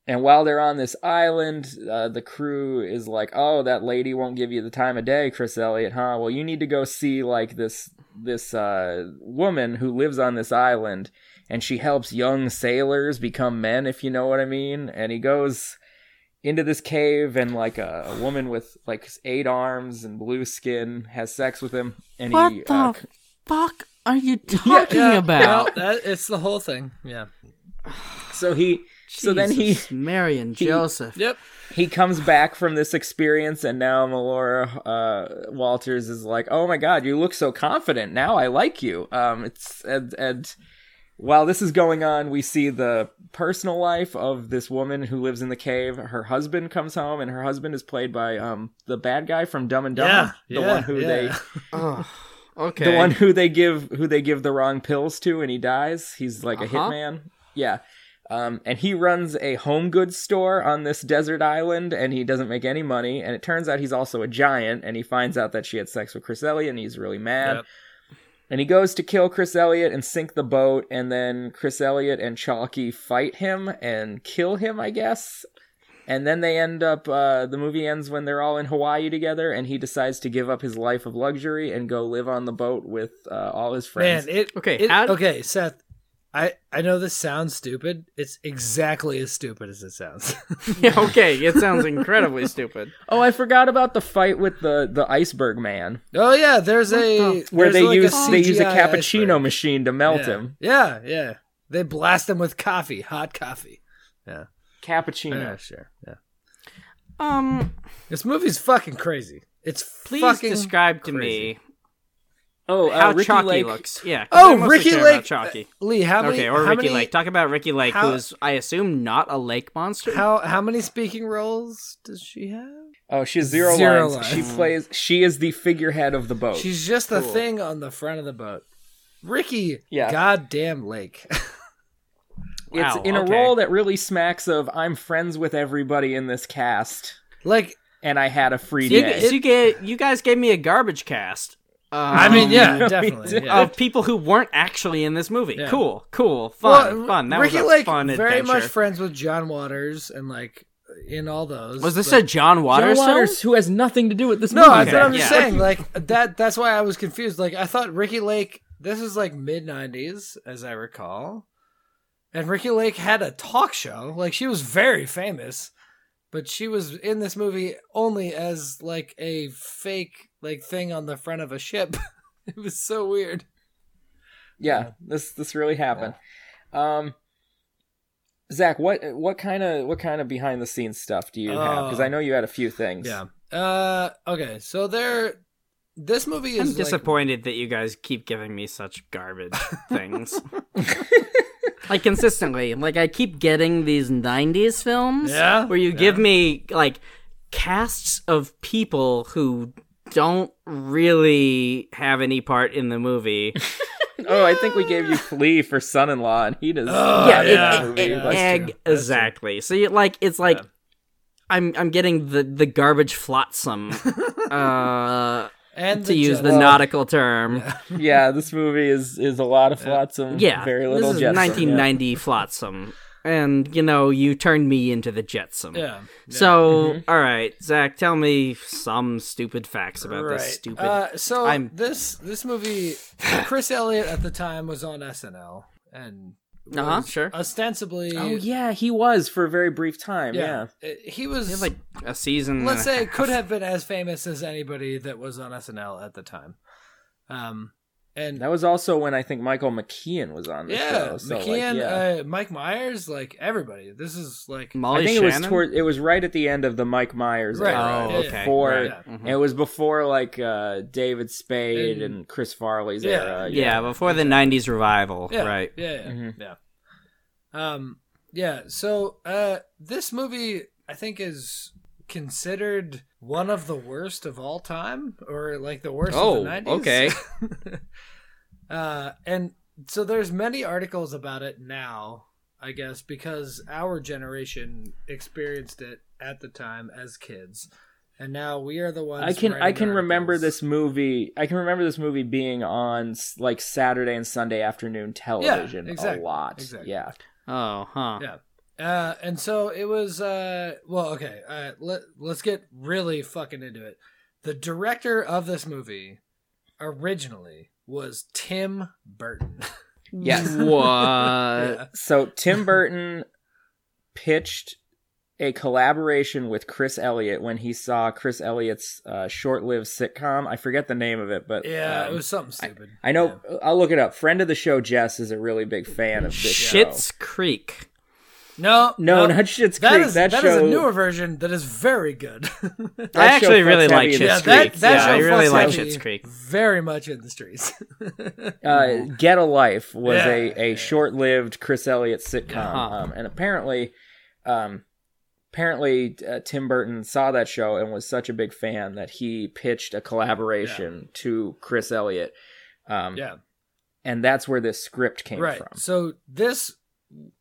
And while they're on this island, uh, the crew is like, "Oh, that lady won't give you the time of day, Chris Elliott, huh? Well, you need to go see like this this uh, woman who lives on this island, and she helps young sailors become men, if you know what I mean." And he goes into this cave, and like a, a woman with like eight arms and blue skin has sex with him, and
What
he
the
uh,
fuck are you talking
Yeah,
about?
well, that, it's the whole thing. Yeah.
so he so then he
Jesus, Mary and
he-
Joseph.
Yep.
he comes back from this experience and now melora uh, walters is like oh my god you look so confident now i like you um, it's and, and while this is going on we see the personal life of this woman who lives in the cave her husband comes home and her husband is played by um, the bad guy from dumb and dumber
Yeah,
the
yeah,
one who
yeah.
they
Ugh, okay.
the one who they give who they give the wrong pills to and he dies he's like a
Uh-huh.
hitman yeah um, and he runs a home goods store on this desert island and he doesn't make any money and it turns out he's also a giant and he finds out that she had sex with chris elliott and he's really mad
Yep.
and he goes to kill chris elliott and sink the boat and then chris elliott and chalky fight him and kill him i guess and then they end up uh, the movie ends when they're all in hawaii together and he decides to give up his life of luxury and go live on the boat with uh, all his friends
Man, it
Okay,
it-
how-
okay, Seth. I I know this sounds stupid. It's exactly as stupid as it sounds.
Yeah, okay, it sounds incredibly stupid.
oh i forgot about the fight with the, the iceberg man
oh yeah, there's a
where
there's
they
like
use they use a
CGI
cappuccino
iceberg.
machine to melt
yeah.
him
Yeah, yeah. They blast him with coffee, hot coffee. Yeah,
cappuccino
sure. Yeah.
Um,
This movie's fucking crazy. It's
please
fucking
describe to
crazy.
me
oh uh,
how
Ricky
Chalky
Lake-
looks. Yeah. 'cause I
Oh,
mostly
Ricky
care
Lake.
About Chalky.
uh, Lee, how many?
okay, or
how
Ricky
many-
Lake. Talk about Ricky Lake,
how-
who's I assume not a lake monster.
How how many speaking roles does she have?
oh she has zero,
Zero
lines.
lines.
she plays she is the figurehead of the boat
She's just the
Oh, Cool.
thing on the front of the boat. Ricky,
Yeah.
goddamn Lake.
it's
Wow,
in
okay.
a role that really smacks of i'm friends with everybody in this cast
like
and i had a free
You,
day
you, ga- you guys gave me a garbage cast. um,
I mean, yeah, Oh,
we
definitely.
did.
yeah.
of people who weren't actually in this movie.
Yeah.
Cool, cool, fun,
Well,
fun. That
Ricky
was a
Lake
fun
very
adventure.
much friends with John Waters and like in all those.
was this
but-
a John Waters,
John
film?
Waters, who has nothing to do with this
No,
movie.
that's what
Okay,
I'm just
yeah.
saying. Like that. That's why I was confused. Like I thought Ricky Lake. This is like mid '90s, as I recall, and Ricky Lake had a talk show. Like she was very famous, but she was in this movie only as like a fake like thing on the front of a ship. it was so weird.
yeah, this this really happened. Um, Zach, what what kind of what kind of behind the scenes stuff do you have?
Uh,
Because I know you had a few things.
Yeah. Uh. Okay. So there. This movie
I'm
is like,
disappointed that you guys keep giving me such garbage things. like consistently, like I keep getting these '90s films
Yeah,
where you give me like casts of people who don't really have any part in the movie.
Oh, I think we gave you Flea for son-in-law, and he does.
Uh,
Oh,
yeah,
yeah.
it- it-
Yeah,
it-
that's
egg-
true. That's
exactly. So you like it's like I'm I'm getting the the garbage flotsam uh
and
to
the
use
jet-
the nautical term.
yeah, this movie is is a lot of flotsam.
Yeah,
very little.
This is
jetsam, yeah.
1990 flotsam, and you know you turned me into the jetsam.
Yeah.
So
Mm-hmm.
all right, Zach, tell me some stupid facts about
Right.
this stupid.
Uh, so
I'm-
this this movie, Chris Elliott at the time was on SNL and
uh-huh,
was
sure.
ostensibly.
Oh yeah, he was for a very brief time. Yeah.
Uh, he was
It's like mm. a season.
let's
and a
say could have been as famous as anybody that was on SNL at the time. Um, and
That was also when I think Michael McKeon was on the
yeah,
show. So, like,
McKeon,
yeah.
uh, Mike Myers, like everybody. This is like
half. Molly
I think
Shannon.
it was toward, it was right at the end of the Mike Myers
Right,
era.
right,
Oh,
yeah,
okay.
Before
right.
yeah.
Mhm.
it was before like uh, David Spade
And-
and, Chris Farley's
Yeah.
era.
yeah, before the '90s revival,
yeah,
right?
Yeah, yeah,
Mhm.
yeah. Um, yeah. So, uh, this movie I think is considered one of the worst of all time, or like the worst of
Oh,
the nineties.
okay.
uh, and so there's many articles about it now, I guess, because our generation experienced it at the time as kids. And now we are the ones.
I can I
writing
can remember
articles.
this movie. I can remember this movie being on s- like Saturday and Sunday afternoon television
exactly,
a lot.
exactly.
Yeah.
Oh, huh.
Yeah. Uh, and so it was. Uh, well, okay. Uh, let Let's get really fucking into it. The director of this movie originally was Tim Burton.
Yes.
What?
Yeah.
So Tim Burton pitched a collaboration with Chris Elliott when he saw Chris Elliott's uh, short-lived sitcom. I forget the name of it, but
Yeah,
um,
it was something stupid.
I know. I'll look it up. Friend of the show, Jess, is a really big fan of this show.
Shit's Creek.
No,
No, not Shit's
that
Creek.
is-
that,
that is
show.
a newer version that is very good.
that
I
show
actually
fucks
really
heavy
like
in the
Shit's
yeah,
Shit's
streets.
that,
Creek.
that
Yeah,
show
I really
fucks
like
heavy
Schitt's Creek.
Very much in the streets.
uh, Get a Life was
Mm-hmm. Yeah.
a, a short lived Chris Elliott sitcom,
Uh-huh.
um, and apparently, um, apparently uh, Tim Burton saw that show and was such a big fan that he pitched a collaboration to Chris Elliott, um,
yeah.
and that's where this script came
right.
from.
So this,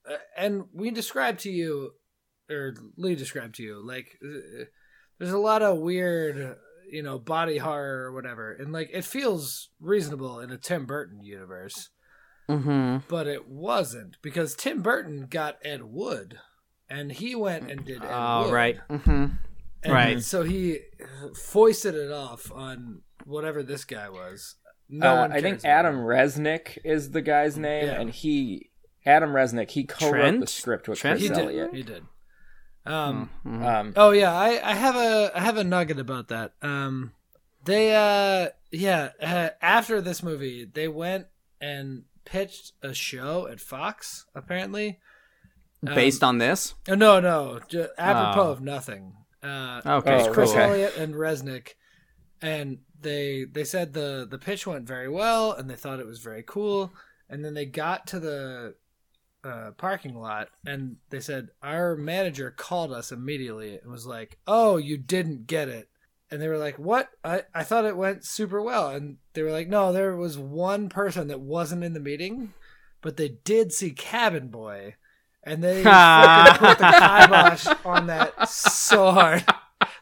uh, and we described to you, or Lee described to you, like uh, there's a lot of weird, you know, body horror or whatever, and like it feels reasonable in a Tim Burton universe,
Mm-hmm.
but it wasn't because Tim Burton got Ed Wood, and he went and did. Ed
Oh,
Wood.
right. Mm-hmm.
And
Right.
So he foisted it off on whatever this guy was. No
Uh,
one
I think
cares about
Adam
him.
Resnick is the guy's name,
Yeah.
and he. Adam Resnick, he co-wrote the
Trent?
script with
Trent?
He
Chris
did.
Elliott.
He did. Um,
Um,
Oh yeah, I, I have a I have a nugget about that. Um, they uh yeah uh, after this movie they went and pitched a show at Fox apparently. Um,
Based on this?
oh, no no ju- apropos
Oh.
of nothing. Uh,
Okay,
Oh,
Chris
cool.
Elliott and Resnick, and they they said the the pitch went very well, and they thought it was very cool. And then they got to the uh, parking lot, and they said our manager called us immediately and was like, "Oh, you didn't get it." And they were like, "What? I I thought it went super well." And they were like, "No, there was one person that wasn't in the meeting, but they did see Cabin Boy." And they fucking put the kibosh on that so hard.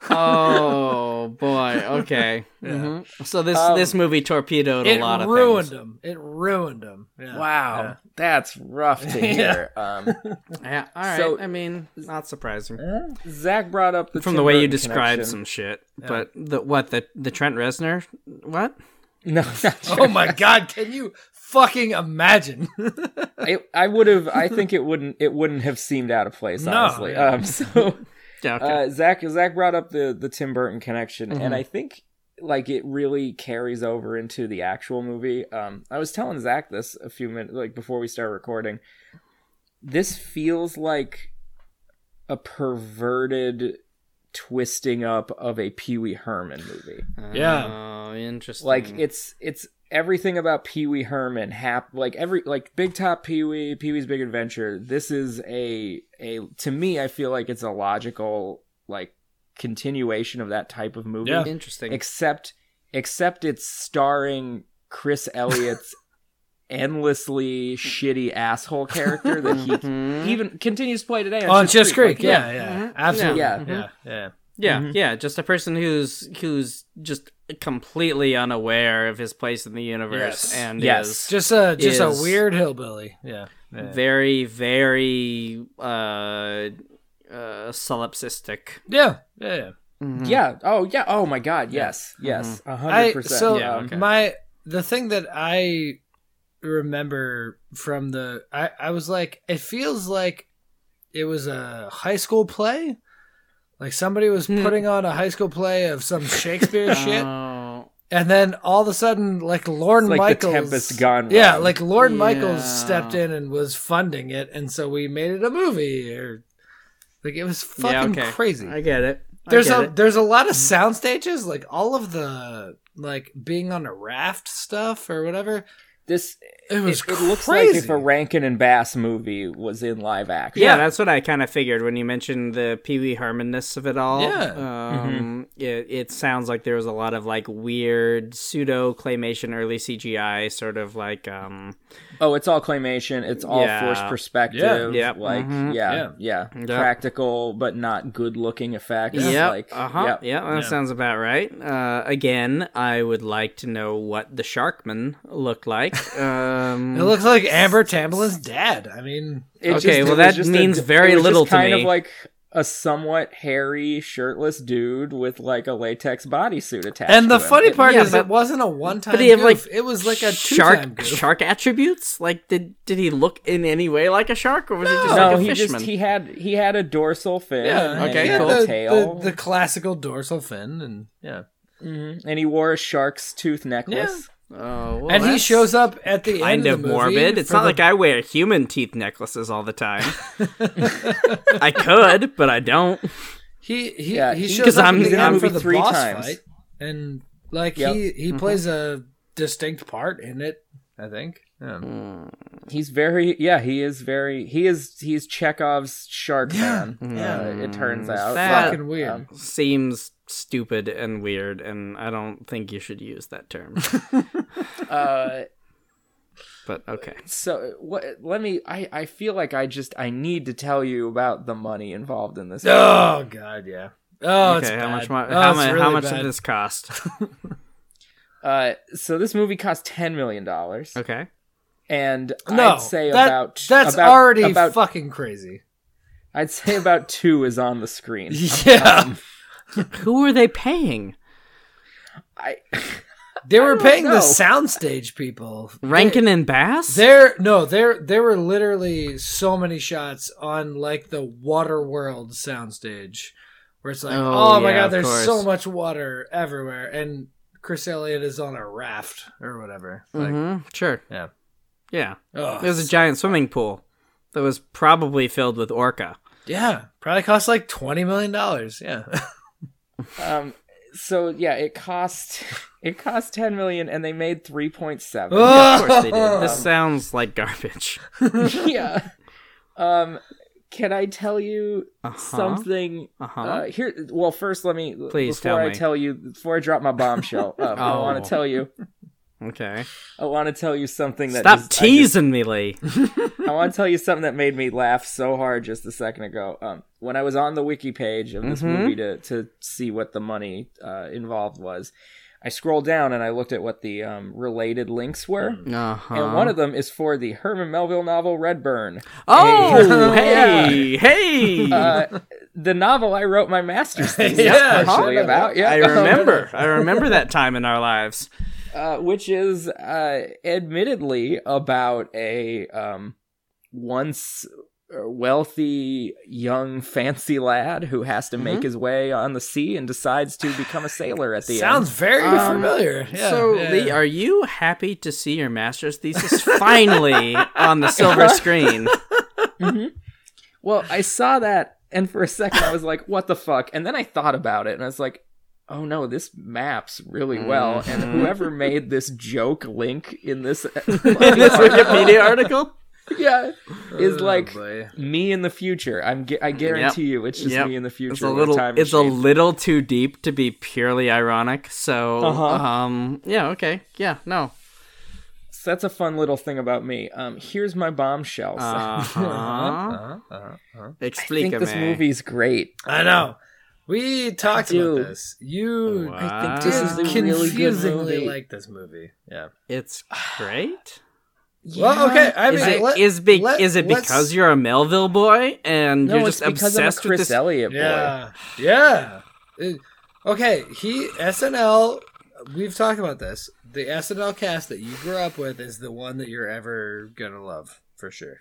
oh boy! Right. Okay. Mhm. So this
Um,
this movie torpedoed
It
a lot of
ruined
things.
him. It ruined him. Yeah.
Wow, that's rough to hear. Um,
Yeah. All right.
So-
I mean, not surprising
Zach brought up the
from
Tim
the way you
Burton
described
connection.
some shit. But the what the the Trent Reznor what?
No, not
Oh my god, can you fucking imagine?
I, I would have. I think it wouldn't. It wouldn't have seemed out of place,
No,
honestly.
yeah.
Um, so
Yeah. Okay.
uh,
Mm-hmm.
Zach Zach brought up the the Tim Burton connection, and I think like it really carries over into the actual movie. Um, I was telling Zach this a few minutes like before we start recording. This feels like a perverted twisting up of a Pee Wee Herman movie.
yeah.
Oh, interesting.
Like
Hmm.
it's it's everything about Pee Wee Herman. Hap like every like Big Top Pee Wee, Pee Wee's Big Adventure. This is a a to me. I feel like it's a logical like continuation of that type of movie.
Yeah.
interesting.
Except except it's starring Chris Elliott's endlessly shitty asshole character that he
Mhm.
even continues to play today
Mm-hmm. On Schitt's Creek,
Like,
yeah, yeah,
Mhm.
absolutely,
Yeah.
yeah, yeah, yeah.
Yeah, yeah, just a person who's who's just completely unaware of his place in the universe
Yes.
and
Yes.
is
Just a
Is-
just a weird hillbilly, yeah. yeah.
very very uh uh solipsistic.
Yeah, yeah, yeah. Mm-hmm.
Yeah. Oh, yeah. Oh my God. Yes. Yes. A hundred
I
percent.
so
Yeah,
Um,
okay.
my the thing that I remember from the I I was like it feels like it was a high school play, like somebody was
Hmm.
putting on a high school play of some Shakespeare shit,
Oh,
and then all of a sudden, like Lorne
It's like the
Michaels,
Tempest gone
yeah,
wrong.
like Lorne Michaels
Yeah.
stepped in and was funding it, and so we made it a movie or. Like it was fucking
okay.
crazy.
I get it. I
There's
get
a
it. Mm-hmm.
there's a lot of sound stages, like all of the like being on a raft stuff or whatever.
this
It was
it, it looks
crazy.
like if a Rankin and Bass movie was in live action.
yeah,
yeah.
that's what I kind of figured when you mentioned the Pee Wee Hermanness of it all.
Yeah.
Um, it, it sounds like there was a lot of like weird pseudo claymation, early CGI sort of like um,
Oh, it's all claymation. It's all
Yeah.
forced perspective.
Yep.
Like
Mhm.
yeah, yeah, practical but not good looking effects.
Yeah.
Like
uh huh.
yep.
Yeah, that
Yeah.
sounds about right. Uh, again, I would like to know what the Sharkman looked like. Um,
It looks like Amber Tamblyn's dad. I mean,
It
Okay,
just-
well,
it was
that
just a-
means
it
very
was just
little to
kind
me.
of like a somewhat hairy, shirtless dude with like a latex bodysuit attached.
and the
to him.
funny
It-
part
yeah,
is
but-
it wasn't a one time.
but he had, like,
it was like a two time.
shark shark attributes. Like, did did he look in any way like a shark, or was he just
No,
like a
he
fishman?
just he had he had a dorsal fin.
Yeah,
and
okay,
he had
cool.
a
The,
tail,
the, the classical dorsal fin, and yeah,
Mm-hmm. and he wore a shark's tooth necklace.
Oh, well,
and he
that's
shows up at the
Kind
end
of
of the movie
morbid. It's
for
not
the-
like I wear human teeth necklaces all the time. I could, but I don't.
He he
Yeah,
he
he-
shows
'Cause
up
I'm-
in the
I'm
end for
movie
the
three
boss
times.
fight, and like
Yep. Mm-hmm.
he he plays a distinct part in it. I think. Yeah.
Hmm.
He's very yeah, he is very he is he's Chekhov's shark
Yeah,
man.
yeah.
Uh, it turns out.
That-
Fucking weird.
um,
Seems stupid and weird, and I don't think you should use that term.
Uh,
But okay.
so what let me I I feel like I just I need to tell you about the money involved in this.
oh god, yeah. Oh, it's
okay, how much?
bad.
Mo-
Oh,
how,
it's
mu- how
really
much
bad.
did this cost?
Uh so this movie cost 10 million dollars
okay.
and
No,
I'd say
that-
about
that's
about-
already
about
fucking crazy.
I'd say about 2 is on the screen.
Yeah,
Who are they paying?
I
they were
don't
paying
know.
the soundstage people.
Rankin and Bass?
There, no, there, there were literally so many shots on like the Waterworld soundstage, where it's like,
Oh,
oh, my
yeah,
god,
of
there's
course.
so much water everywhere, and Chris Elliott is on a raft or whatever. Like,
Mhm, sure.
yeah,
Yeah.
oh,
There's a giant swimming pool that was probably filled with orca.
yeah, probably cost like twenty million dollars. Yeah,
um so yeah, it cost it cost 10 million and they made 3.7.
Of course they did. This sounds like garbage.
yeah. Um, can I tell you something?
Uh-huh.
Uh, here, well, first let me
Please
before
tell
I
me.
tell you before I drop my bombshell. Uh, I want
Oh.
to tell you
Okay.
I want to tell you something that
Stop
just- I just-
teasing me, Lee.
I want to tell you something that made me laugh so hard just a second ago. Um, when I was on the wiki page of this
Mhm.
movie to, to see what the money uh, involved was, I scrolled down and I looked at what the um, related links were.
Uh-huh.
And one of them is for the Herman Melville novel Redburn.
Oh, hey,
Hey.
hey.
Uh, the novel I wrote my master's thesis
Yeah, I
partially
heard of
about. Yeah,
I remember. I remember that time in our lives.
uh, which is uh, admittedly about a um, once wealthy young fancy lad who has to make his way on the sea and decides to become a sailor at the
Sounds
end.
very
Um,
familiar. Yeah,
so,
yeah,
Lee,
yeah.
are you happy to see your master's thesis finally on the silver screen?
Mm-hmm.
Well, I saw that and for a second I was like, "What the fuck?" And then I thought about it and I was like, "Oh no, this maps really well."
Mm-hmm.
And whoever made this joke link in this,
in this Wikipedia article?
yeah, is
Oh,
like
boy.
me in the future. I'm gu- I guarantee you, it's just
Yep.
me in the future.
It's a
with
little
time
it's a
machine.
little too deep to be purely ironic. So,
Uh-huh.
um yeah, okay. Yeah, no.
So that's a fun little thing about me. Um, here's my bombshell. So
Uh-huh.
Uh-huh, uh-huh, uh-huh.
I think
Explica
this
me.
movie's great.
I know. We talked about
Dude.
this. You
I
think
this is
a really good
confusingly
movie.
like this movie. Yeah.
It's great.
Well, okay. I mean,
Is it
let-
is be-
let-
is it
let's-
because you're a Melville boy and
No,
you're
it's
just
because I'm a
obsessed with
Chris
this?
Elliott boy.
Yeah. Yeah. It- okay. He SNL. We've talked about this. The SNL cast that you grew up with is the one that you're ever gonna love for sure.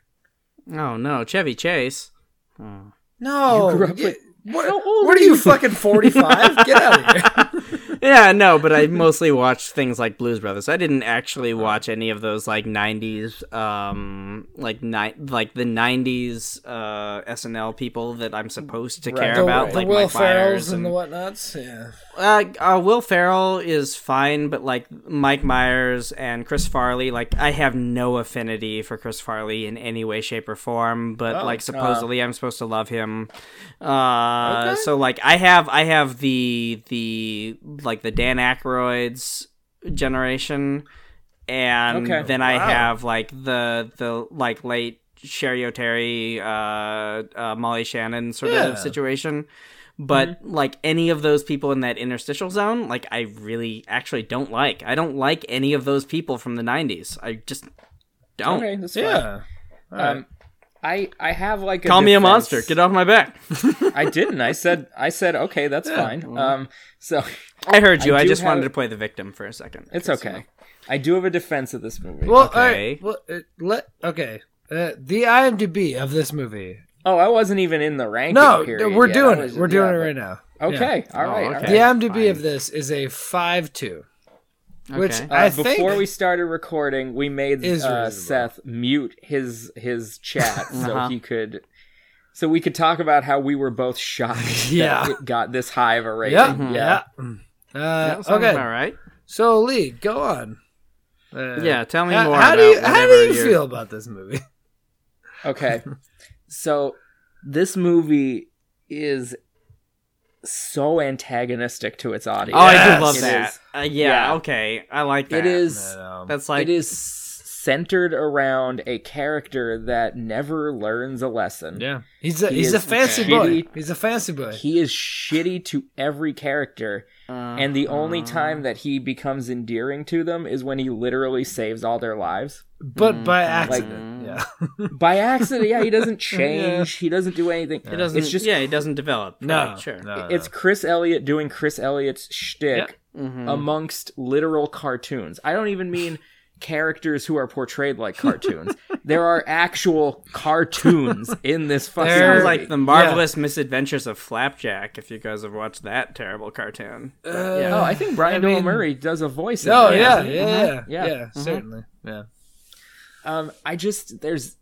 Oh no, Chevy Chase. Oh.
No.
You grew up
yeah,
with-
What,
How old
what
are
are you
you?
fucking 45? Get out of here.
Yeah, no, but I mostly watched things like Blues Brothers. I didn't actually watch any of those like '90s, um, like ni- like the '90s uh, SNL people that I'm supposed to care
The-
about,
the
like
Will
Mike Myers
Ferrells and
and,
the whatnots. Yeah.
uh, uh, Will Ferrell is fine, but like Mike Myers and Chris Farley, like I have no affinity for Chris Farley in any way, shape, or form. But like supposedly, I'm supposed to love him. Uh, So like I have, I have the the like the Dan Aykroyd's generation, and
Okay.
then I have like the the like late Sherry O'Terry, uh, uh, Molly Shannon sort
Yeah.
of situation but
Mm-hmm.
like any of those people in that interstitial zone like i really actually don't like i don't like any of those people from the 90s i just don't
Okay, that's fine.
Yeah. All right.
Um, I I have like a
call me a
defense.
monster get off my back
I didn't. I said I said okay, that's fine. Um, so
i heard you
I
i,
do
just wanted
have-
to play the victim for a second
it's
Just, you know.
okay. I do have a defense of this movie.
Well,
Okay.
all right. Well, uh, let okay. Uh, the IMDb of this movie.
oh, I wasn't even in the ranking.
No,
period
we're
yet.
doing
I
it.
was-
We're doing
yeah,
it right now.
but- Okay, all right.
Oh,
all
okay.
right.
The IMDb of
fine.
this is a five-two, which
Okay.
I
Uh,
think
before we started recording, we made
Is
uh,
reasonable.
Seth mute his his chat
Uh-huh.
so he could so we could talk about how we were both shocked
Yeah.
that it got this high of a rating.
Yeah,
Mhm.
yeah. Uh,
that sounds
okay,
about right
so Lee, go on. Uh,
yeah tell me
how,
more
how
about
do you how do
whatever
you
you're-
feel about this movie?
Okay. so this movie is so antagonistic to its audience.
oh i
Yes.
do love
It
that
is-
Uh, yeah,
yeah.
okay i like that
It is
that's like
it is centered around a character that never learns a lesson.
yeah. He's a
He
he's a
is
fancy
shitty.
boy. He's a fancy boy.
He is shitty to every character.
uh,
And the only time that he becomes endearing to them is when he literally saves all their lives.
Mm,
but by accident. yeah.
By accident, yeah, he doesn't change. He doesn't do anything.
it doesn't
It's just
yeah it doesn't develop
No.
Right, sure
no, no.
it's Chris Elliott doing Chris Elliott's shtick
Mhm.
amongst literal cartoons. I don't even mean characters who are portrayed like cartoons. there are actual cartoons in this fucking
There-
Sounds
movie.
like the marvelous misadventures of Flapjack. If you guys have watched that terrible cartoon, yeah.
Oh, I think Brian
I
Doyle
mean-
Murray does a voice. in
Oh
it.
Uh, yeah, yeah,
Mm-hmm.
Mhm.
yeah,
Yeah.
yeah, certainly. Yeah.
um i just there's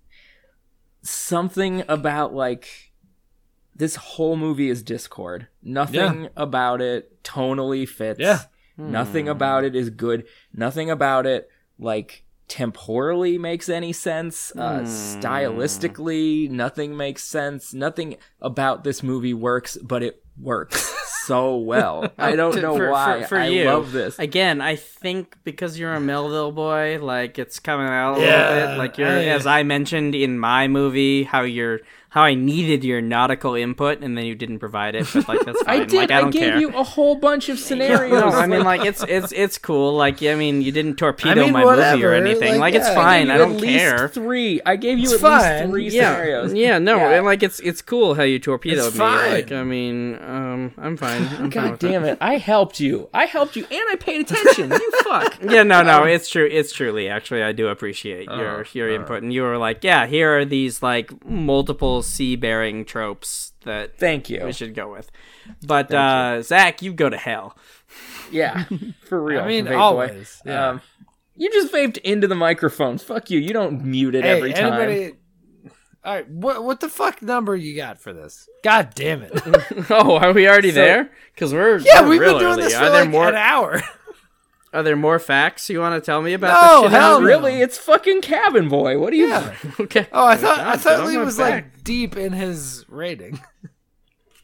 something about like this whole movie is discord nothing about it tonally fits
Yeah.
Hmm.
nothing about it is good nothing about it like temporally makes any sense
Hmm.
uh stylistically nothing makes sense nothing about this movie works but it works so well. I don't know
For- for-
why.
for
I
you.
love this.
Again, I think because you're a Melville boy, like it's coming out a little
Yeah,
bit. Like you're,
I-
as I mentioned in my movie, how you're, how I needed your nautical input and then you didn't provide it. But like that's fine.
I did.
Like I
I,
don't
gave
care.
you a whole bunch of scenarios.
no, I mean like it's it's it's cool. Like I mean, you didn't torpedo
I mean,
my movie or
whatever,
anything. Like,
like,
it's
yeah.
I
fine.
gave you
I don't
at least
care.
Three. I gave you
It's
at least
fine.
three
yeah,
scenarios.
yeah, no,
Yeah.
and like it's it's cool how you torpedoed me.
fine.
Like I mean, um, I'm fine. I'm fine
God
with it.
damn it! I helped you. I helped you, and I paid attention. you fuck.
yeah, no, no,
Um,
it's true. It's truly actually, I do appreciate your your input, and you were like, yeah, here are these like multiple sea bearing tropes that
Thank you.
we should go with. But uh, Zach, you go to hell.
Yeah, for real.
I mean,
vape boy.
always, yeah.
Um, you just vaped into the microphone. Fuck you. You don't mute it every time.
anybody- All right, what what the fuck number you got for this? God damn it!
Oh, are we already there? Because we're
Yeah,
we're
we've
real
been doing
early.
this for
Are there
like
more?
an hour.
Are there more facts you want to tell me about?
No,
this shit?
hell
Not really. It's fucking cabin boy. What do you?
Okay.
Oh, I thought I
God,
thought
I'm
Lee
not
was like deep in his rating.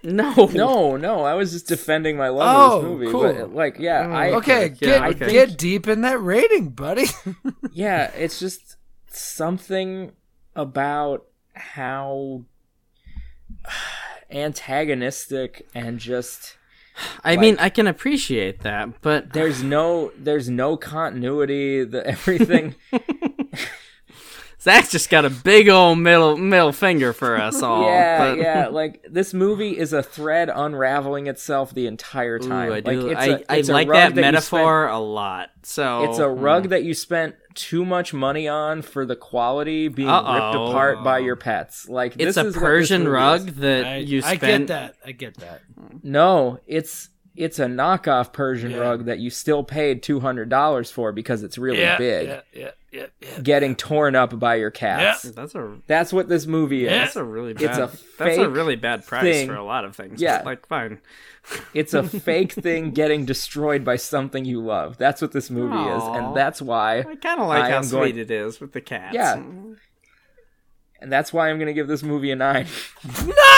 No.
No, no. I was just defending my love of
Oh,
this movie.
cool.
But like, yeah, I
Okay,
okay,
get
yeah, okay.
get deep in that rating, buddy.
yeah. It's just something about how antagonistic and just
I mean, I can appreciate that, but
there's no there's no continuity. The everything.
Zach's just got a big old middle middle finger for us all.
Yeah,
but-
yeah. Like this movie is a thread unraveling itself the entire
Ooh,
time.
I do.
Like,
I
a-
I
it's a
like
rug
that,
you
metaphor Oh, a lot. So hmm.
spent- it's a rug that you spent too much money on for the quality being ripped
Uh-oh.
apart by your pets. Like this
It's a
is what this
Persian
movie
rug
is.
that
I,
you
I
spent.
get that. I get that.
No, it's it's a knockoff Persian
Yeah.
rug that you still paid two hundred dollars for because it's really
yeah,
big.
yeah, yeah, yeah, yeah.
Getting torn up by your cats.
That's a
That's what this movie is.
that's a really bad.
It's a
that's a
fake
really bad price
thing.
for a lot of things.
Yeah.
like fine.
It's a fake thing getting destroyed by something you love. That's what this movie is,
Aw.
and that's why,
I kind of like
I
how
am
sweet
going-
it is with the cats.
Yeah. and that's why I'm gonna give this movie a nine.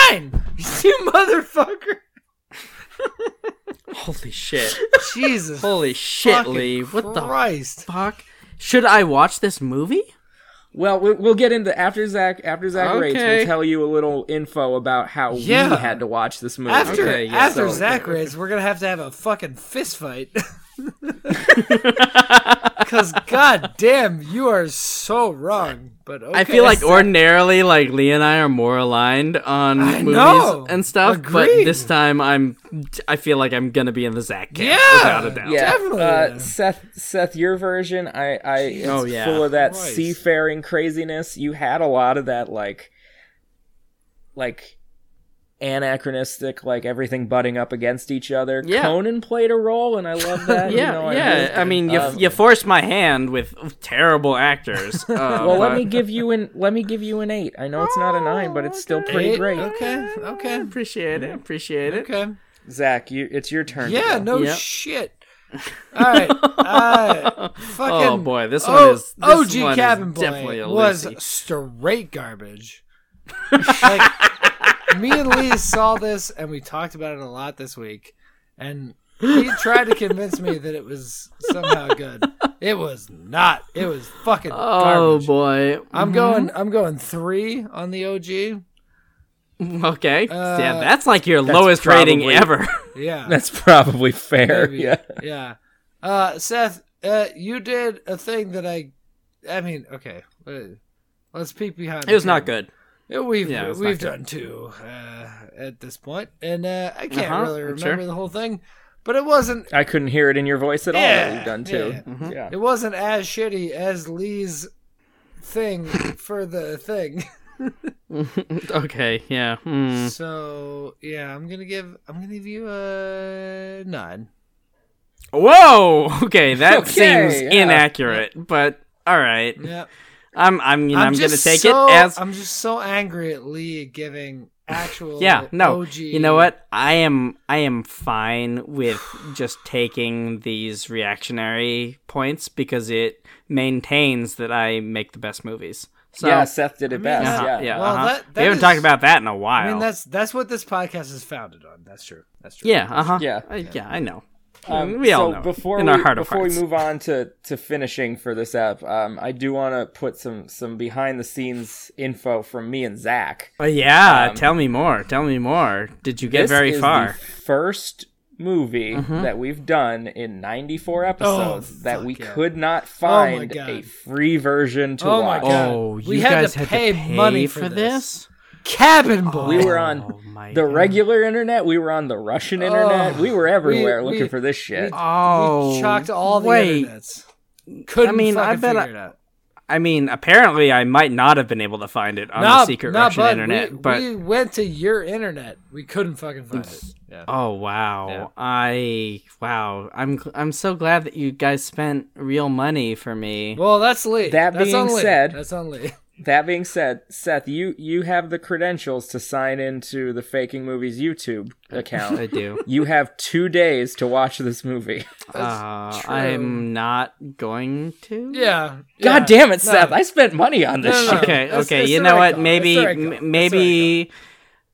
Nine, you motherfucker!
Holy shit!
Jesus,
Holy shit,
fucking
Lee! What the
Christ?
fuck? Should I watch this movie?
Well, we- we'll get into after Zach. After Zach rates,
Okay.
we'll tell you a little info about how
Yeah.
we had to watch this movie.
After
Okay, yeah,
after
so-
Zach rates, we're gonna have to have a fucking fist fight. Because goddamn, you are so wrong. But okay.
I feel like ordinarily, like Lee and I are more aligned on movies
know.
and stuff, but
Agreed.
this time I'm, I feel like I'm gonna be in the Zach camp
Yeah.
without a doubt.
yeah,
Definitely.
Uh, Seth, Seth, your version, I, I, it's
Oh, yeah.
full of that
Christ.
seafaring craziness. You had a lot of that, like, like anachronistic, like everything butting up against each other.
Yeah.
Conan played a role, and I love that. you
Yeah,
know, I
yeah.
really-
I, mean, you,
Um,
you forced my hand with terrible actors. Uh,
Um,
well, let
but-
me give you an let me give you an eight. I know it's not a nine, but it's still pretty
Eight?
great.
Okay, okay,
appreciate it. Appreciate it.
okay.
Zach, you, it's your turn. to
Yeah,
go.
no
Yep.
shit. All right, uh, fucking.
Oh boy, this
O-
one is this
OG
one is
Cabin
definitely
Boy
a
was
Lucy.
straight garbage. like, me and Lee saw this and we talked about it a lot this week, and he tried to convince me that it was somehow good. It was not. It was fucking
Oh
garbage.
boy. Mm-hmm.
I'm going. I'm going three on the OG.
Okay.
Uh,
yeah, that's like your lowest rating
probably-
ever.
Yeah.
that's probably fair.
Maybe.
Yeah.
Yeah. Uh, Seth, uh, you did a thing that I, I mean, okay, uh, let's peek behind.
it was
the
not
curtain.
good.
Uh, We've
Yeah, it was
we've
not
done two uh, at this point, and uh, I can't
Uh-huh,
really
I'm
remember
sure.
the whole thing, but it wasn't
I couldn't hear it in your voice at all. that
Yeah,
you've done
yeah. Mm-hmm.
too.
Mhm.
yeah.
it wasn't as shitty as Lee's thing for the thing.
okay. Yeah. Hmm.
So yeah, I'm gonna give I'm gonna give you a nine.
Whoa. Okay, that
Okay,
seems
yeah.
inaccurate, but all right.
Yep.
I'm I'm you know, I'm, gonna
just
take
so-
it as
I'm just so angry at Lee giving actual
yeah. No,
OG.
you know what? I am I am fine with just taking these reactionary points because it maintains that I make the best movies. So,
yeah, Seth did it
mean,
best.
uh-huh,
yeah.
yeah,
Well,
uh-huh.
that- that
we haven't
is-
talked about that in a while.
I mean, that's that's what this podcast is founded on. That's true. That's true.
yeah, uh huh,
Yeah.
yeah, I know.
Um,
we all
so
know it,
before
in
we,
our heart of
before
hearts.
we move on to, to finishing for this app, um, I do want to put some some behind the scenes info from me and Zach.
But Uh, yeah,
Um,
tell me more. Tell me more. Did you get
This
very
is
far? Mm-hmm.
The first movie that we've done in 94 episodes
Oh,
that
fuck
we
yeah.
could not find
God.
a free version to
Oh my
watch.
God.
oh,
We
you
had
guys
to
had
pay
to pay
money
for
for
this.
Cabin Boy.
We were on
Oh my
the
God.
regular internet. We were on the Russian internet. we were everywhere
Oh, we-
looking
we-
for this shit.
Oh,
we chalked all the
wait.
internets. Couldn't
I mean,
fucking
I bet I-
figure it out.
I mean, apparently, I might not have been able to find it on the secret
nah,
Russian
bud,
internet,
we,
but
we went to your internet. We couldn't fucking find it. Yeah.
Oh wow!
Yeah.
I wow! I'm gl- I'm so glad that you guys spent real money for me.
Well, that's late.
That
that's
being
on Lee.
said-
that's on Lee.
That being said, Seth, you you have the credentials to sign into the Faking Movies YouTube account.
I do.
You have two days to watch this movie.
uh, I'm not going to.
Yeah.
God
yeah.
damn it,
No.
Seth! I spent money on this.
No, no, no.
shit.
Okay.
That's-
okay.
that's
you
the
know
right
what?
call.
Maybe.
That's the right
m-
call.
maybe.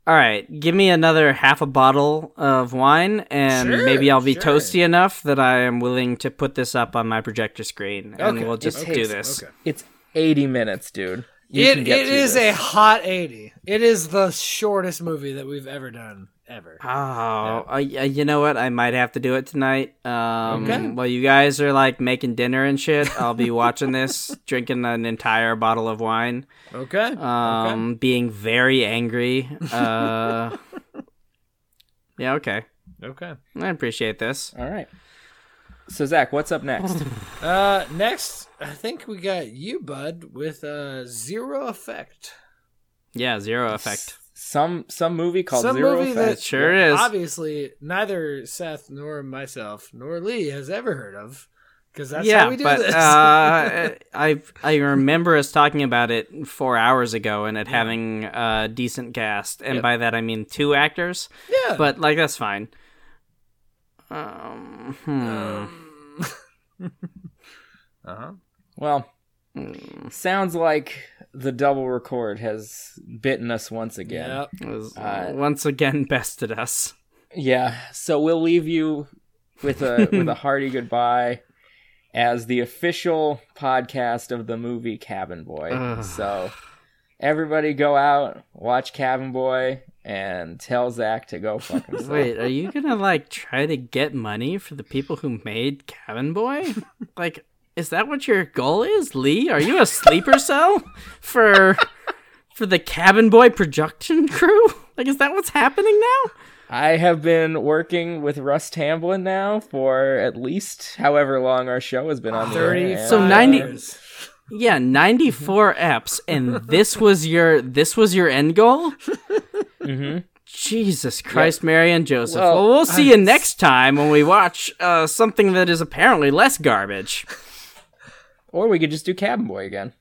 All right. Give me another half a bottle of wine, and
Sure,
maybe I'll be
sure.
toasty enough that I am willing to put this up on my projector screen, and
Okay,
we'll just
okay,
do this.
okay.
It's eighty minutes, dude. You
It
can get
it
through
is
this.
a hot eighty. It is the shortest movie that we've ever done ever.
Oh, I, I, you know what? I might have to do it tonight. Um,
Okay.
While you guys are like making dinner and shit, I'll be watching this, drinking an entire bottle of wine,
Okay.
Uh,
um, being very angry. Uh, yeah, okay.
okay.
I appreciate this.
All right. So Zach, what's up next?
Uh, next, I think we got you, bud, with uh zero effect.
Yeah, zero effect.
some some movie called
Some
Zero
movie
Effect.
that-
Sure is.
Obviously, neither Seth nor myself nor Lee has ever heard of, because that's
yeah,
how we do
but
this.
uh, I I remember us talking about it four hours ago and it having a decent cast, and by that I mean two actors.
yeah.
but like that's fine. Um, hmm.
Oh.
um,
uh huh.
Well, sounds like the double record has bitten us once again.
Yeah.
It was,
Uh,
once again bested us.
Yeah. So we'll leave you with a with a hearty goodbye as the official podcast of the movie Cabin Boy.
Ugh.
So everybody go out, watch Cabin Boy, and tell Zach to go fuck himself.
Wait, are you gonna like try to get money for the people who made Cabin Boy? like, is that what your goal is, Lee? Are you a sleeper cell for for the Cabin Boy production crew? Like, is that what's happening now?
I have been working with Russ Tamblin now for at least however long our show has been on the air,
Thirty.
and-
So 90 Yeah, ninety four eps, and this was your this was your end goal.
Mhm.
Jesus Christ, Mary and Joseph. Well,
Well,
we'll see you next time when we watch uh, something that is apparently less garbage.
Or we could just do Cabin Boy again.